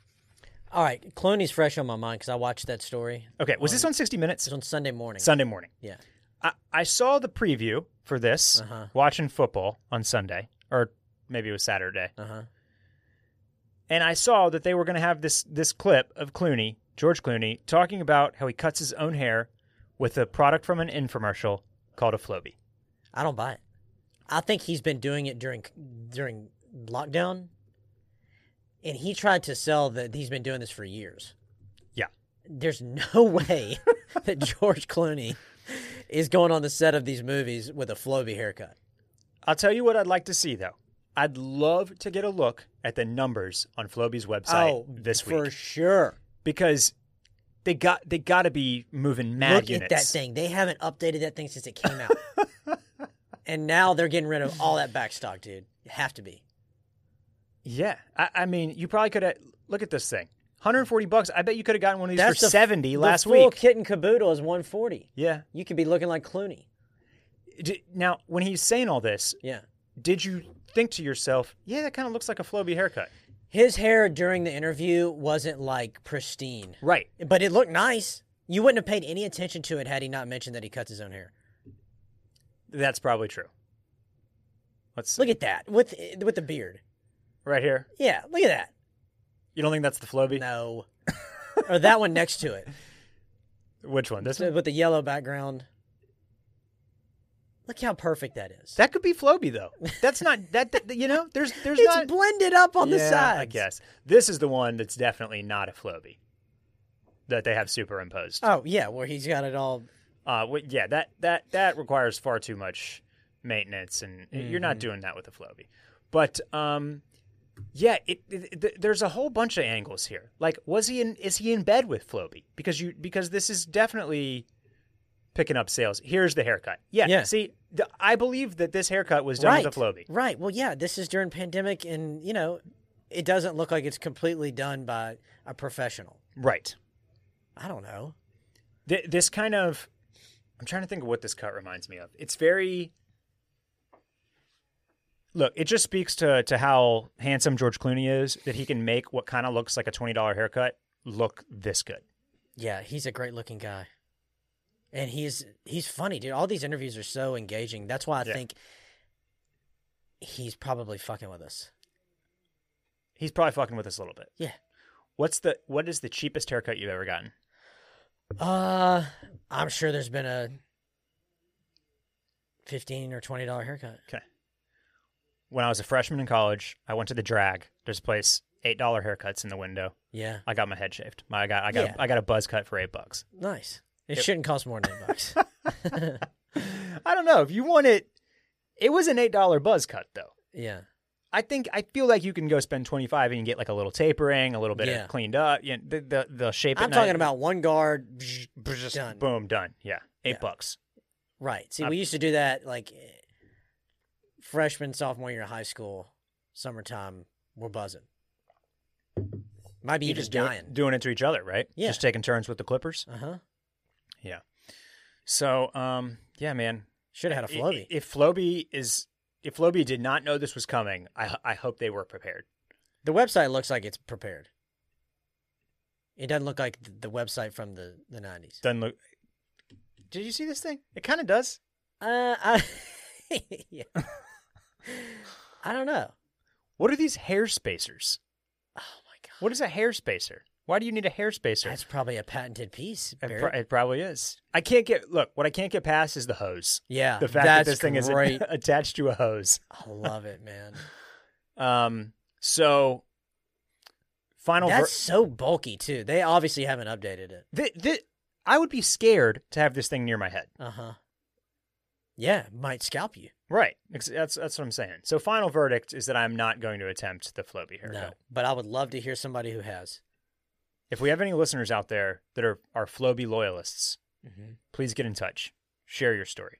B: All right, Clooney's fresh on my mind because I watched that story.
A: Okay, was this on 60 Minutes?
B: It's on Sunday morning.
A: Sunday morning.
B: yeah.
A: I, I saw the preview for this
B: Uh-huh.
A: watching football on Sunday, or maybe it was Saturday,
B: Uh huh.
A: and I saw that they were going to have this this clip of Clooney, George Clooney, talking about how he cuts his own hair with a product from an infomercial called a Flowbee.
B: I don't buy it. I think he's been doing it during during lockdown, and he tried to sell that he's been doing this for years.
A: Yeah.
B: There's no way that George Clooney is going on the set of these movies with a floby haircut.
A: I'll tell you what I'd like to see though. I'd love to get a look at the numbers on Floby's website this week
B: Oh, for sure.
A: because they got they got to be moving mad
B: Look
A: units.
B: at that thing. They haven't updated that thing since it came out, and now they're getting rid of all that back stock, dude. Have to be.
A: Yeah, I, I mean, you probably could have look at this thing. 140 bucks. I bet you could have gotten one of these for
B: the-
A: 70
B: the
A: last
B: full
A: week.
B: kit and caboodle is 140.
A: yeah.
B: You could be looking like Clooney.
A: D- Now, when he's saying all this,
B: Yeah.
A: did you think to yourself, "Yeah, that kind of looks like a Floby haircut"?
B: His hair during the interview wasn't like pristine,
A: Right.
B: but it looked nice. You wouldn't have paid any attention to it had he not mentioned that he cuts his own hair.
A: That's probably true. Let's
B: Look at that with with the beard.
A: right here.
B: Yeah, look at that.
A: You don't think that's the Floby?
B: No, or that one next to it
A: Which one? This one?
B: with the yellow background. Look how perfect that is.
A: That could be Floby though. That's not that, that you know. There's there's
B: it's
A: not
B: blended up on the
A: Yeah,
B: sides.
A: I guess this is the one that's definitely not a Floby that they have superimposed.
B: Oh yeah, where he's got it all.
A: Uh, wh- yeah, that that that requires far too much maintenance, and you're not doing that with a Floby. But um, yeah, it, it, th there's a whole bunch of angles here. Like, was he in? Is he in bed with Floby? Because you because this is definitely picking up sales. Here's the haircut. Yeah,
B: Yeah.
A: see, th- I believe that this haircut was done
B: Right.
A: with a Floby.
B: Right. Well, yeah, this is during pandemic, and you know, it doesn't look like it's completely done by a professional.
A: Right.
B: I don't know.
A: Th- this kind of i'm trying to think of what this cut reminds me of it's very look it just speaks to to how handsome george clooney is that he can make what kind of looks like a $20 haircut look this good
B: Yeah, he's a great looking guy. And he's he's funny, dude. All these interviews are so engaging. That's why I
A: Yeah.
B: think he's probably fucking with us.
A: he's probably fucking with us a little bit
B: Yeah.
A: what's the what is the cheapest haircut you've ever gotten
B: Uh I'm sure there's been a fifteen or twenty dollar haircut.
A: when i was a freshman in college i went to the drag there's a place $8 haircuts in the window
B: Yeah.
A: i got my head shaved my, i got i got
B: Yeah.
A: a, i got a buzz cut for 8 bucks
B: Nice. It
A: Yep.
B: shouldn't cost more than eight bucks.
A: i don't know if you want it it was an $8 buzz cut though
B: yeah.
A: I think I feel like you can go spend twenty five and you get like a little tapering, a little bit
B: Yeah.
A: of cleaned up. You know, the, the the shape.
B: I'm
A: at
B: talking
A: night,
B: about one guard bzz,
A: just
B: done.
A: boom done. Yeah, eight
B: Yeah.
A: bucks.
B: Right. See,
A: I'm-
B: we used to do that like eh, freshman, sophomore year of high school, summertime. We're buzzing. Might be
A: You
B: even
A: just doing,
B: dying.
A: doing it to each other, right?
B: Yeah.
A: just taking turns with the Clippers.
B: Uh huh.
A: So, um, yeah, man.
B: Should have had a
A: I-
B: floaty.
A: If Floby is if Floby did not know this was coming, I I hope they were prepared.
B: The website looks like it's prepared. It doesn't look like th- the website from the the nineties.
A: Doesn't look. Did you see this thing? It kind of does.
B: Uh, I, yeah. I don't know.
A: What are these hair spacers?
B: Oh my god,
A: What is a hair spacer? Why do you need a hair spacer?
B: that's probably a patented piece.
A: it,
B: Barrett.
A: pro- it probably is. I can't get look. What I can't get past is the hose.
B: yeah,
A: The fact that
B: that's
A: this thing is
B: great.
A: attached to a hose.
B: I love it, man.
A: Um. So, final.
B: That's so bulky too. They obviously haven't updated it.
A: Ver- thi- thi- I would be scared to have this thing near my head.
B: Uh huh. Yeah, might scalp you.
A: Right. Ex- That's that's what I'm saying. So final verdict is that I'm not going to attempt the Floby haircut.
B: No, but I would love to hear somebody who has.
A: If we have any listeners out there that are are Floby loyalists,
B: Mm-hmm.
A: please get in touch. Share your story.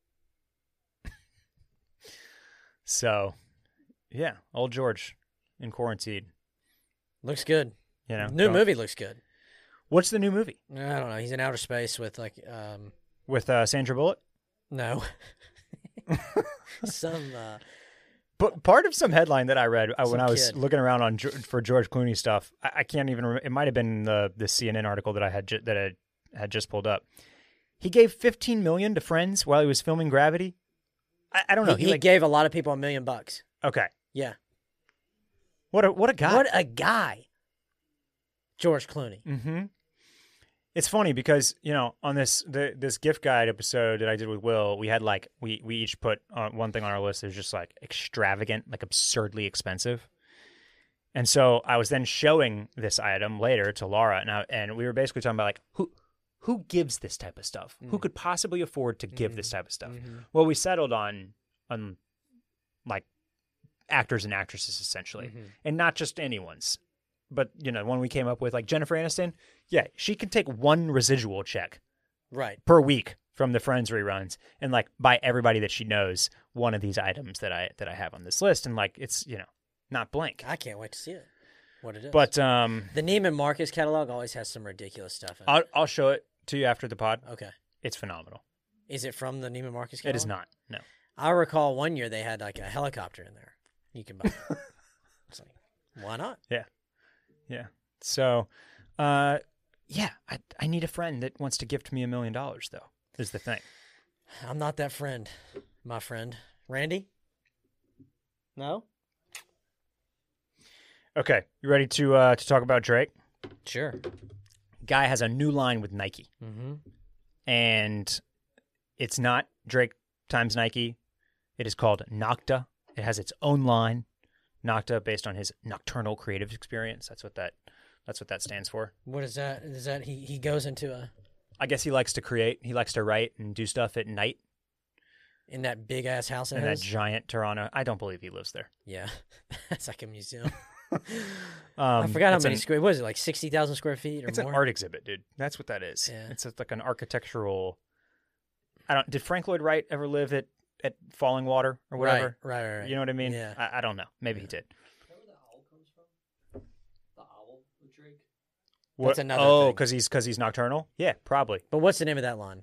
A: so, yeah, old George in quarantine.
B: Looks good.
A: You know,
B: New
A: going-
B: movie looks good.
A: What's the new movie
B: I don't know. He's in outer space with like um
A: with uh, Sandra Bullock?
B: no some uh,
A: But part of some headline that I read uh, when
B: Some
A: I was
B: kid.
A: looking around on Ge- for George Clooney stuff, I, I can't even. Remember, it might have been the the CNN article that I had ju- that I had just pulled up. He gave 15 million to friends while he was filming Gravity. I, I don't know.
B: he,
A: He,
B: he
A: like
B: gave a lot of people a million bucks.
A: okay.
B: Yeah.
A: What a what a guy.
B: What a guy. George Clooney.
A: Mm-hmm. It's funny because you know on this the this gift guide episode that I did with Will, we had like we we each put uh, one thing on our list that was just like extravagant, like absurdly expensive. And so I was then showing this item later to Laura, and I, and we were basically talking about like who who gives this type of stuff, who could possibly afford to give this type of stuff. Well, we settled on on like actors and actresses essentially, and not just anyone's, but you know, one we came up with like Jennifer Aniston. Yeah, she can take one residual check
B: Right.
A: per week from the Friends reruns and like buy everybody that she knows one of these items that I that I have on this list, and like it's you know not blank.
B: I can't wait to see it. What it is.
A: But um,
B: the Neiman Marcus catalog always has some ridiculous stuff in it.
A: I'll I'll show it to you after the pod.
B: okay.
A: It's phenomenal.
B: Is it from the Neiman Marcus catalog?
A: It is not. No.
B: I recall one year they had like a helicopter in there. You can buy. it. it's like, why not?
A: Yeah. So, uh, yeah, I I need a friend that wants to gift me a million dollars though. Is the thing.
B: I'm not that friend, my friend. Randy? No?
A: Okay, you ready to uh, to talk about Drake?
B: Sure.
A: Guy has a new line with Nike,
B: Mm-hmm.
A: and it's not Drake times Nike. It is called Nocta. It has its own line, Nocta, based on his nocturnal creative experience. That's what that that's what that stands for.
B: What is that? Is that he, he goes into a
A: I guess he likes to create. He likes to write and do stuff at night
B: in that big ass house of
A: in that
B: his?
A: giant Toronto. I don't believe he lives there.
B: yeah. That's like a museum.
A: Um,
B: I forgot how
A: it's
B: many
A: an-
B: square what is it, like sixty thousand square feet or
A: It's
B: more?
A: an art exhibit, dude. That's what that is.
B: Yeah.
A: It's just like an architectural. I don't. Did Frank Lloyd Wright ever live at at Falling Water or whatever?
B: Right, right, right. right.
A: You know what I mean?
B: Yeah.
A: I, I don't know. Maybe he did. What?
B: That's another
A: oh,
B: thing.
A: because he's because he's nocturnal. Yeah, probably
B: But what's the name of that line?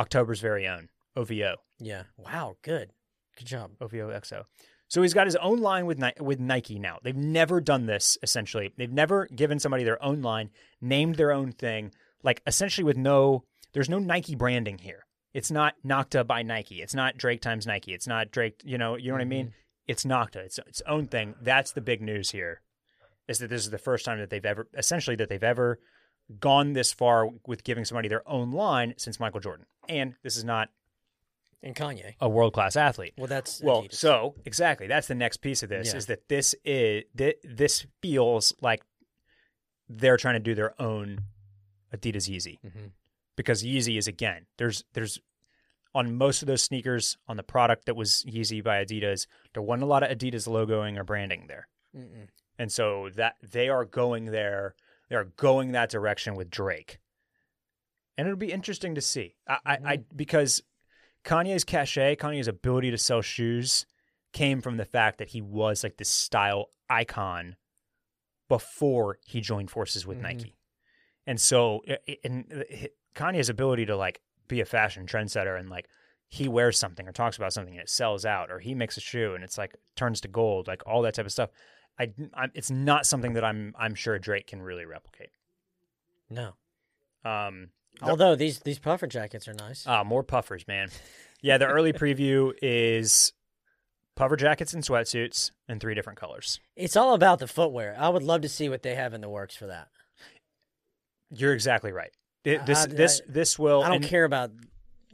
A: October's very own OVO
B: Yeah. Wow, good. Good job.
A: OVOXO. So he's got his own line with Ni- with Nike now. They've never done this. Essentially, they've never given somebody their own line, named their own thing. Like essentially, with no, there's no Nike branding here. It's not Nocta by Nike. It's not Drake times Nike. It's not Drake. You know, you know what I mean? It's Nocta. It's its own thing. That's the big news here, is that this is the first time that they've ever essentially that they've ever gone this far with giving somebody their own line since Michael Jordan. And this is not
B: And Kanye.
A: a world class athlete.
B: Well that's
A: Well,
B: Adidas.
A: so exactly that's the next piece of this
B: Yeah.
A: is that this is th- this feels like they're trying to do their own Adidas Yeezy
B: Mhm.
A: because Yeezy is again there's there's on most of those sneakers on the product that was Yeezy by Adidas there wasn't a lot of Adidas logoing or branding there,
B: Mm-mm.
A: and so that they are going there they are going that direction with Drake, and it'll be interesting to see. I, I, I because Kanye's cachet, Kanye's ability to sell shoes came from the fact that he was like this style icon before he joined forces with
B: Mhm.
A: Nike. And so i- i- and uh, hi- Kanye's ability to like be a fashion trendsetter and like he wears something or talks about something and it sells out or he makes a shoe and it's like turns to gold, like all that type of stuff. I, I'm, it's not something that I'm I'm sure Drake can really replicate.
B: No.
A: Um,
B: Although these these puffer jackets are nice.
A: Uh, Ah, more puffers, man. Yeah, the early preview is puffer jackets and sweatsuits in three different colors.
B: It's all about the footwear. I would love to see what they have in the works for that.
A: You're exactly right. Th-
B: I-
A: This
B: Uh, I-
A: this this will
B: I don't
A: and-
B: care about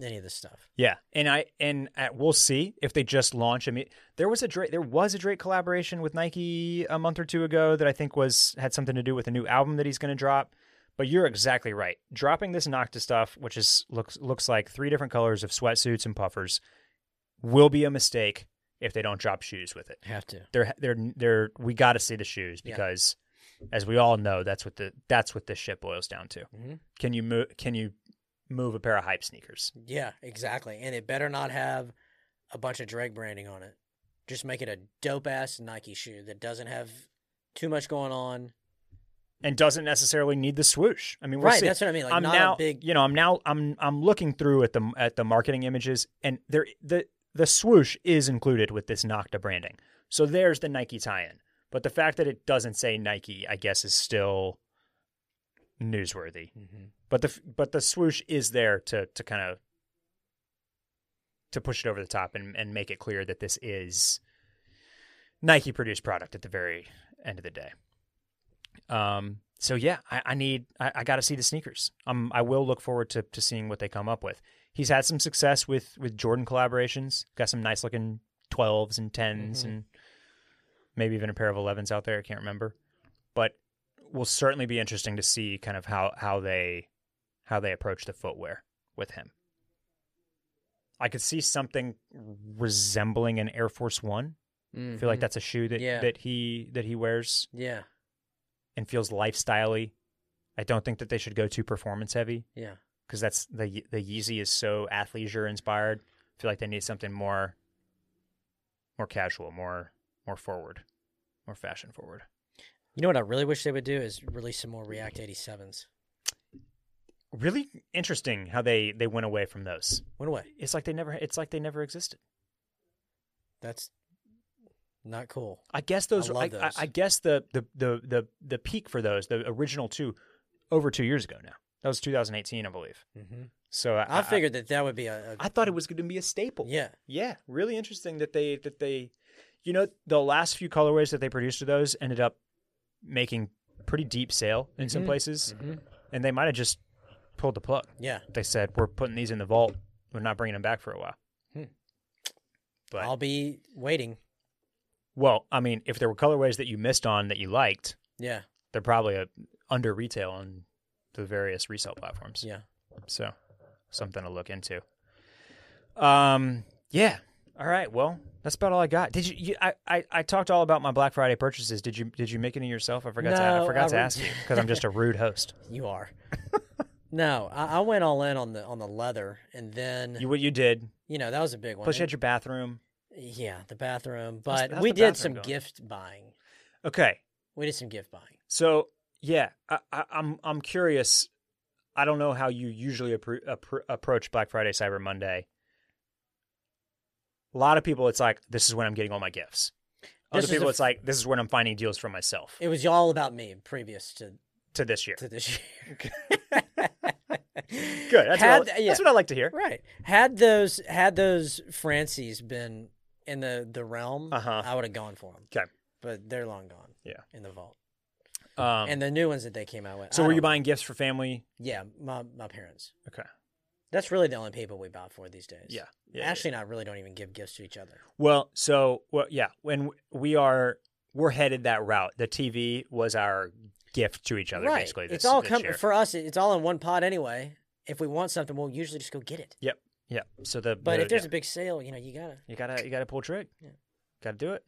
B: any of this stuff.
A: Yeah, and I and uh we'll see if they just launch. I mean, there was a Drake, there was a Drake collaboration with Nike a month or two ago that I think was had something to do with a new album that he's going to drop. But you're exactly right. Dropping this Nocta stuff, which is looks looks like three different colors of sweatsuits and puffers, will be a mistake if they don't drop shoes with it.
B: Have to.
A: They're they're they're we got to see the shoes
B: Yeah.
A: because, as we all know, that's what the that's what this shit boils down to.
B: hmm
A: Can you move? Can you move a pair of hype sneakers?
B: Yeah, exactly. And it better not have a bunch of Drake branding on it. Just make it a dope ass Nike shoe that doesn't have too much going on.
A: and doesn't necessarily need the swoosh. I mean, we'll
B: right,
A: see.
B: that's what I mean. Like
A: I'm
B: not
A: now,
B: a big
A: you know, I'm now, I'm, I'm looking through at the at the marketing images, and there, the the swoosh is included with this Nocta branding. So there's the Nike tie-in, but the fact that it doesn't say Nike, I guess, is still newsworthy. But the f- but the swoosh is there to to kind of to push it over the top and and make it clear that this is Nike produced product at the very end of the day. Um. So yeah, I, I need I, I got to see the sneakers. Um. I will look forward to to seeing what they come up with. He's had some success with with Jordan collaborations. Got some nice looking twelves and 10s
B: Mhm.
A: and maybe even a pair of elevens out there. I can't remember, but will certainly be interesting to see kind of how how they how they approach the footwear with him. I could see something resembling an Air Force One. I feel like that's a shoe that
B: Yeah.
A: that he that he wears
B: Mm-hmm. Yeah,
A: and feels lifestyley. I don't think that they should go too performance heavy
B: yeah.
A: because that's the Ye- the Yeezy is so athleisure inspired. I feel like they need something more more casual, more more forward, more fashion forward.
B: You know what I really wish they would do is release some more React 87s.
A: Really interesting how they they went away from those.
B: Went away.
A: It's like they never it's like they never existed.
B: That's not cool.
A: I guess those. I,
B: love
A: I,
B: those.
A: I, guess the, the the the the peak for those, the original two, over two years ago now. That was 2018, I believe.
B: Mm-hmm.
A: So I,
B: I figured that that would be a, a
A: I, I thought it was going to be a staple.
B: yeah.
A: Yeah, really interesting that they that they, you know, the last few colorways that they produced of those ended up making pretty deep sale in some
B: Mhm.
A: places, and they might have just pulled the plug.
B: Yeah,
A: They said we're putting these in the vault. We're not bringing them back for a while.
B: Hmm.
A: But
B: I'll be waiting.
A: well, I mean, if there were colorways that you missed on that you liked,
B: Yeah,
A: they're probably uh under retail on the various resale platforms.
B: yeah.
A: So something to look into. Um, yeah. All right. Well, that's about all I got. Did you? you I, I I talked all about my Black Friday purchases. Did you Did you make any yourself? I forgot to I
B: No,
A: forgot
B: I
A: to
B: re-
A: ask you because I'm just a rude host.
B: You are. no, I, I went all in on the on the leather, and then
A: You
B: you,
A: what you did?
B: know that was a big one.
A: Plus, you
B: And-
A: had your bathroom.
B: yeah, the bathroom,
A: How's-
B: but
A: how's
B: we
A: the
B: did
A: bathroom
B: some
A: going?
B: gift buying.
A: Okay.
B: We did some gift buying.
A: So yeah, I, I, I'm I'm curious. I don't know how you usually appro- appro- approach Black Friday, Cyber Monday. A lot of people, it's like this is when I'm getting all my gifts. Other
B: This is
A: people,
B: a-
A: it's like this is when I'm finding deals for myself
B: It was all about me previous to
A: to this year.
B: to this year.
A: Good. That's,
B: Had
A: what I,
B: the- yeah.
A: that's what I like to hear.
B: Right. Had those had those Francies been in the the realm,
A: Uh-huh.
B: I would have gone for them.
A: 'Kay.
B: But they're long gone.
A: Yeah.
B: In the vault.
A: Um,
B: and the new ones that they came out with.
A: so
B: I
A: were
B: don't
A: you
B: know.
A: buying gifts for family?
B: Yeah, my my parents.
A: Okay.
B: That's really the only people we buy for these days.
A: Yeah.
B: Ashley
A: yeah
B: and I really don't even give gifts to each other.
A: Well, so well, yeah, when we are we're headed that route. The TV was our gift to each other,
B: right.
A: basically. This,
B: it's all
A: this
B: com-
A: year.
B: for us. it- It's all in one pot anyway. If we want something, we'll usually just go get it.
A: Yep. Yeah. So the
B: But
A: the-
B: if there's
A: yeah.
B: a big sale, you know, you gotta
A: you gotta you gotta pull trig.
B: Yeah.
A: Gotta do it.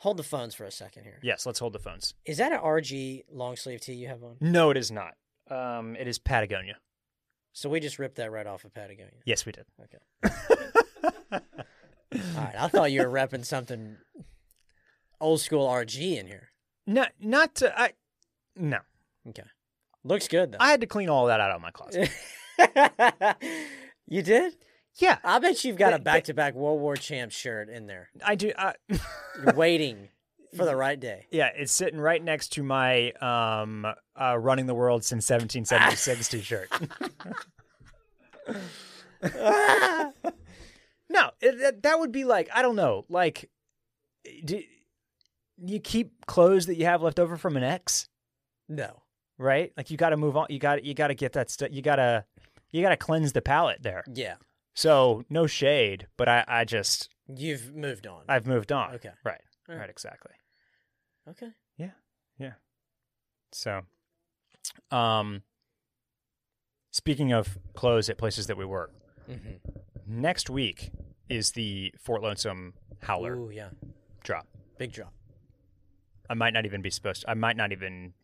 B: hold the phones for a second here. Is
A: Yes. Let's hold the phones.
B: that an RG long sleeve tee you have on?
A: No, it is not. Um, it is Patagonia.
B: So we just ripped that right off of Patagonia.
A: Yes, we did.
B: Okay.
A: Okay.
B: All right. I thought you were repping something old school RG in here.
A: not not to, I. No,
B: Okay. Looks good though.
A: I had to clean all that out of my closet.
B: you did?
A: yeah,
B: I bet you've got
A: But-
B: a
A: but-
B: back to back World War Champ shirt in there.
A: I do. I,
B: You're waiting for the right day.
A: yeah, it's sitting right next to my um, uh, "Running the World Since 1776" T-shirt. No, it, that, that would be like I don't know, like do you keep clothes that you have left over from an ex,
B: no.
A: right? Like you got to move on. You got you got to get that stuff. You gotta you gotta cleanse the palate there.
B: Yeah.
A: So no shade, but I I just
B: You've moved on.
A: I've moved on.
B: Okay.
A: Right.
B: All right.
A: Right. Exactly.
B: Okay.
A: So, um, speaking of clothes at places that we work,
B: Mm-hmm.
A: next week is the Fort Lonesome Howler
B: Ooh, yeah.
A: drop.
B: Big drop.
A: I might not even be supposed. I might not even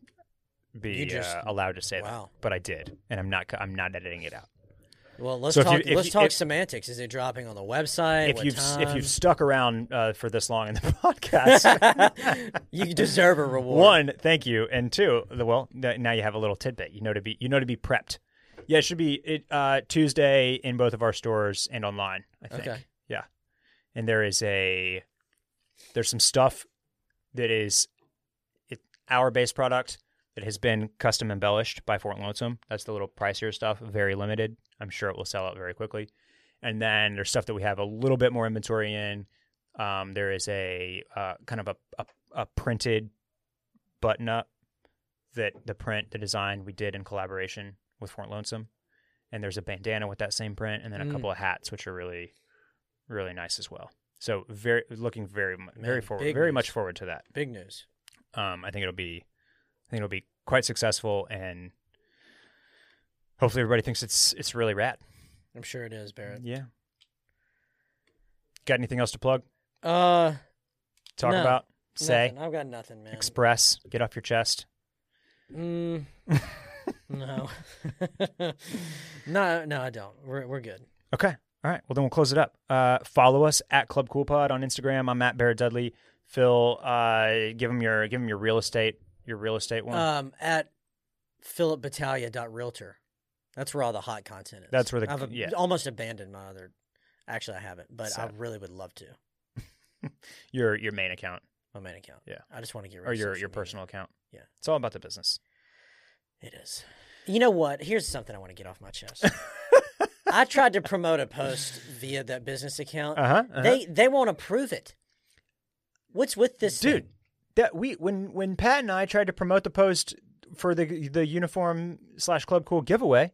B: You
A: be
B: just-
A: uh, allowed to say
B: wow.
A: that, but I did, and I'm not. cu- I'm not editing it out.
B: Well, let's
A: So if you-
B: talk.
A: if
B: let's
A: you-
B: talk
A: if-
B: semantics. Is it dropping on the website?
A: if
B: What
A: you've if
B: time?
A: you've stuck around uh, for this long in the podcast,
B: you deserve a reward.
A: one, thank you, and two, the, well, th- now you have a little tidbit. You know to be you know to be prepped. Yeah, it should be it uh, Tuesday in both of our stores and online. I think.
B: Okay.
A: Yeah, and there is a there's some stuff that is it, our base product that has been custom embellished by Fort Lonesome. That's the little pricier stuff, very limited. I'm sure it will sell out very quickly. And then there's stuff that we have a little bit more inventory in. Um, there is a uh, kind of a, a, a printed button up that the print, the design we did in collaboration with Fort Lonesome. And there's a bandana with that same print, and then a
B: Mm.
A: couple of hats, which are really, really nice as well. So very looking very mu- very
B: Man,
A: forward,
B: big
A: very
B: news.
A: much forward to that.
B: Big news.
A: Um, I think it'll be, I think it'll be quite successful, and hopefully everybody thinks it's it's really rad.
B: I'm sure it is, Barrett.
A: Yeah. Got anything else to plug?
B: Uh,
A: Talk
B: No.
A: about? Mm-hmm. Say?
B: nothing. I've got nothing, man.
A: Express? Get off your chest?
B: mm, no, no, no, I don't. We're we're good.
A: Okay. All right. Well, then we'll close it up. Uh, follow us at Club Cool Pod on Instagram. I'm at Barrett Dudley. Phil, uh, give him your give him your real estate your real estate one.
B: Um, at philipbattalia.realtor. That's where all the hot content is.
A: That's where the-
B: I've ab-
A: yeah.
B: almost abandoned my other. Actually, I haven't, but I
A: Sad.
B: really would love to.
A: your your main account
B: My main account.
A: Yeah.
B: I just want to get rid
A: or
B: of
A: your
B: social
A: your
B: media.
A: personal account.
B: Yeah.
A: It's all about the business.
B: It is. You know what? Here's something I want to get off my chest. I tried to promote a post via that business account.
A: Uh huh. uh
B: They they won't approve it. What's with this
A: dude
B: thing?
A: that we when when pat and i tried to promote the post for the the uniform slash club cool giveaway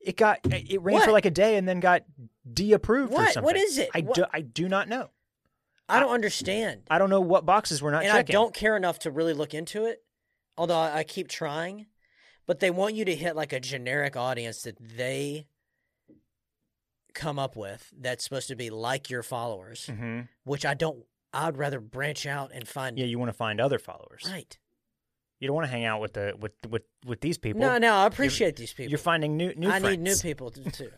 A: it got it ran for
B: What?
A: like a day and then got de-approved or
B: What? What
A: something
B: is it?
A: i
B: What-
A: do i do not know
B: I don't understand,
A: i don't know what boxes we're not
B: and I
A: checking
B: don't care enough to really look into it. Although I, I keep trying, but they want you to hit like a generic audience that they come up with that's supposed to be like your followers,
A: hmm
B: which I don't. I'd rather branch out and find
A: yeah you want to find other followers
B: right.
A: you don't want to hang out with the with with with these people
B: No, no, I appreciate these people.
A: you're finding new new
B: I
A: friends.
B: need new people t- too.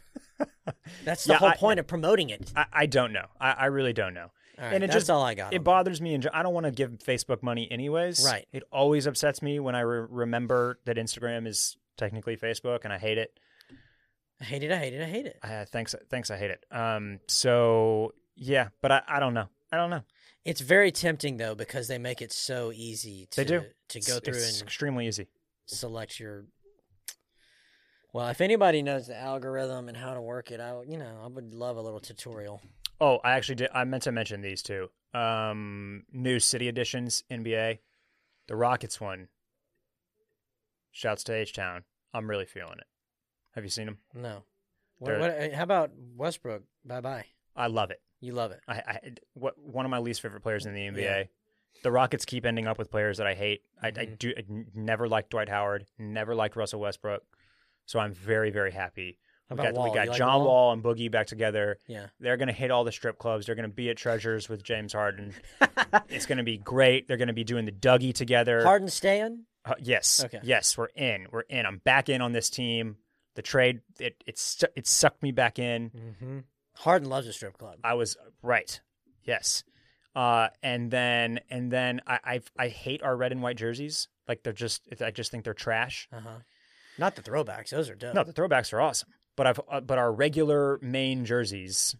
B: That's the
A: Yeah,
B: whole
A: I-
B: point of promoting it.
A: I, I don't know I, I really don't know
B: All right,
A: and it
B: that's
A: just-
B: all I got.
A: it
B: on
A: bothers me and gen- i don't want to give facebook money anyways
B: Right.
A: it always upsets me when i re- remember that instagram is technically facebook and i hate it
B: that. I hate it. I hate it. I hate it.
A: uh, thanks thanks i hate it um so yeah but i, I don't know i don't know
B: It's very tempting though because they make it so easy to
A: They do.
B: to go
A: It's-
B: through
A: it's
B: and
A: extremely easy
B: select your. Well, if anybody knows the algorithm and how to work it, I you know I would love a little tutorial.
A: oh i actually did i meant to mention these two um new city editions nba the rockets one shouts to h-town i'm really feeling it have you seen them
B: No,
A: There-
B: what, what, uh, how about Westbrook? Bye bye.
A: i love it
B: You love it.
A: I, I what one of my least favorite players in the NBA.
B: Yeah.
A: The Rockets keep ending up with players that I hate. I, I
B: Mhm.
A: do I n- never liked Dwight Howard, never liked Russell Westbrook. So I'm very very happy.
B: How
A: we
B: about
A: got
B: Wall?
A: we got
B: You like
A: John
B: Wall?
A: Wall and Boogie back together.
B: Yeah.
A: They're going to hit all the strip clubs. They're going to be at Treasures with James Harden. it's going to be great. They're going to be doing the Dougie together.
B: Harden staying.
A: Uh, yes.
B: Okay.
A: Yes, we're in. We're in. I'm back in on this team. The trade it it's it sucked me back in.
B: Mm-hmm. Harden loves a strip club.
A: I was right. Yes. Uh, and then and then I I've, I hate our red and white jerseys. Like they're just I just think they're trash.
B: Uh huh. Not the throwbacks; those are dope.
A: No, the throwbacks are awesome, but I've uh, but our regular main jerseys,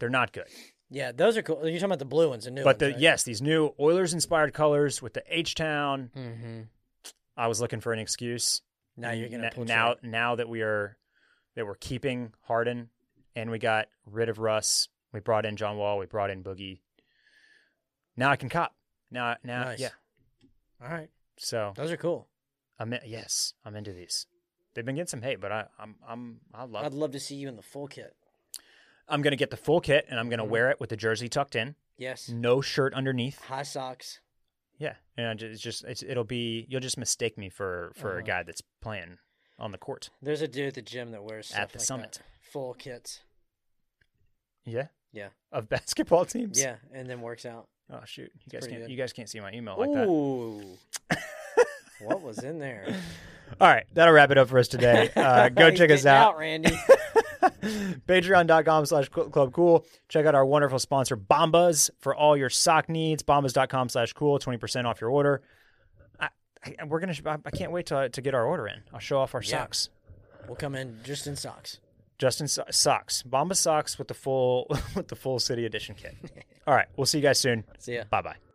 A: they're not good.
B: Yeah, those are cool. You're talking about the blue ones and new
A: But the
B: ones. right?
A: yes, these new Oilers inspired colors with the H town.
B: Mm-hmm.
A: I was looking for an excuse.
B: Now you're gonna
A: N-
B: pull
A: now
B: trigger.
A: now that we are that we're keeping Harden and we got rid of Russ. We brought in John Wall. We brought in Boogie. Now I can cop. Now, now,
B: Nice.
A: yeah.
B: All right.
A: So
B: Those are cool.
A: I'm in, yes, I'm into these. They've been getting some hate, but I, I'm I'm I love.
B: I'd love to see you in the full kit.
A: I'm gonna get the full kit and I'm gonna
B: Mhm.
A: wear it with the jersey tucked in,
B: Yes.
A: no shirt underneath.
B: High socks.
A: Yeah, and I ju- it's just it's, it'll be you'll just mistake me for for a
B: Uh-huh.
A: guy that's playing on the court.
B: There's a dude at the gym that wears stuff
A: At the
B: like
A: summit.
B: that. Full kits.
A: Yeah,
B: Yeah.
A: of basketball teams.
B: Yeah, and then works out.
A: Oh shoot, you guys
B: pretty
A: can't
B: good.
A: you guys can't see my email like that.
B: Ooh. what was in there?
A: All right, that'll wrap it up for us today. Uh, go
B: He's
A: check us
B: getting
A: out.
B: Randy.
A: patreon.com slash Cl- club cool check out our wonderful sponsor bombas for all your sock needs bombas.com slash cool 20% off your order I, I, we're gonna sh- I, I can't wait to, to get our order in i'll show off our
B: Yeah.
A: socks
B: we'll come in just in socks.
A: justin so- socks bomba socks with the full with the full city edition kit all right we'll see you guys soon
B: See ya.
A: bye bye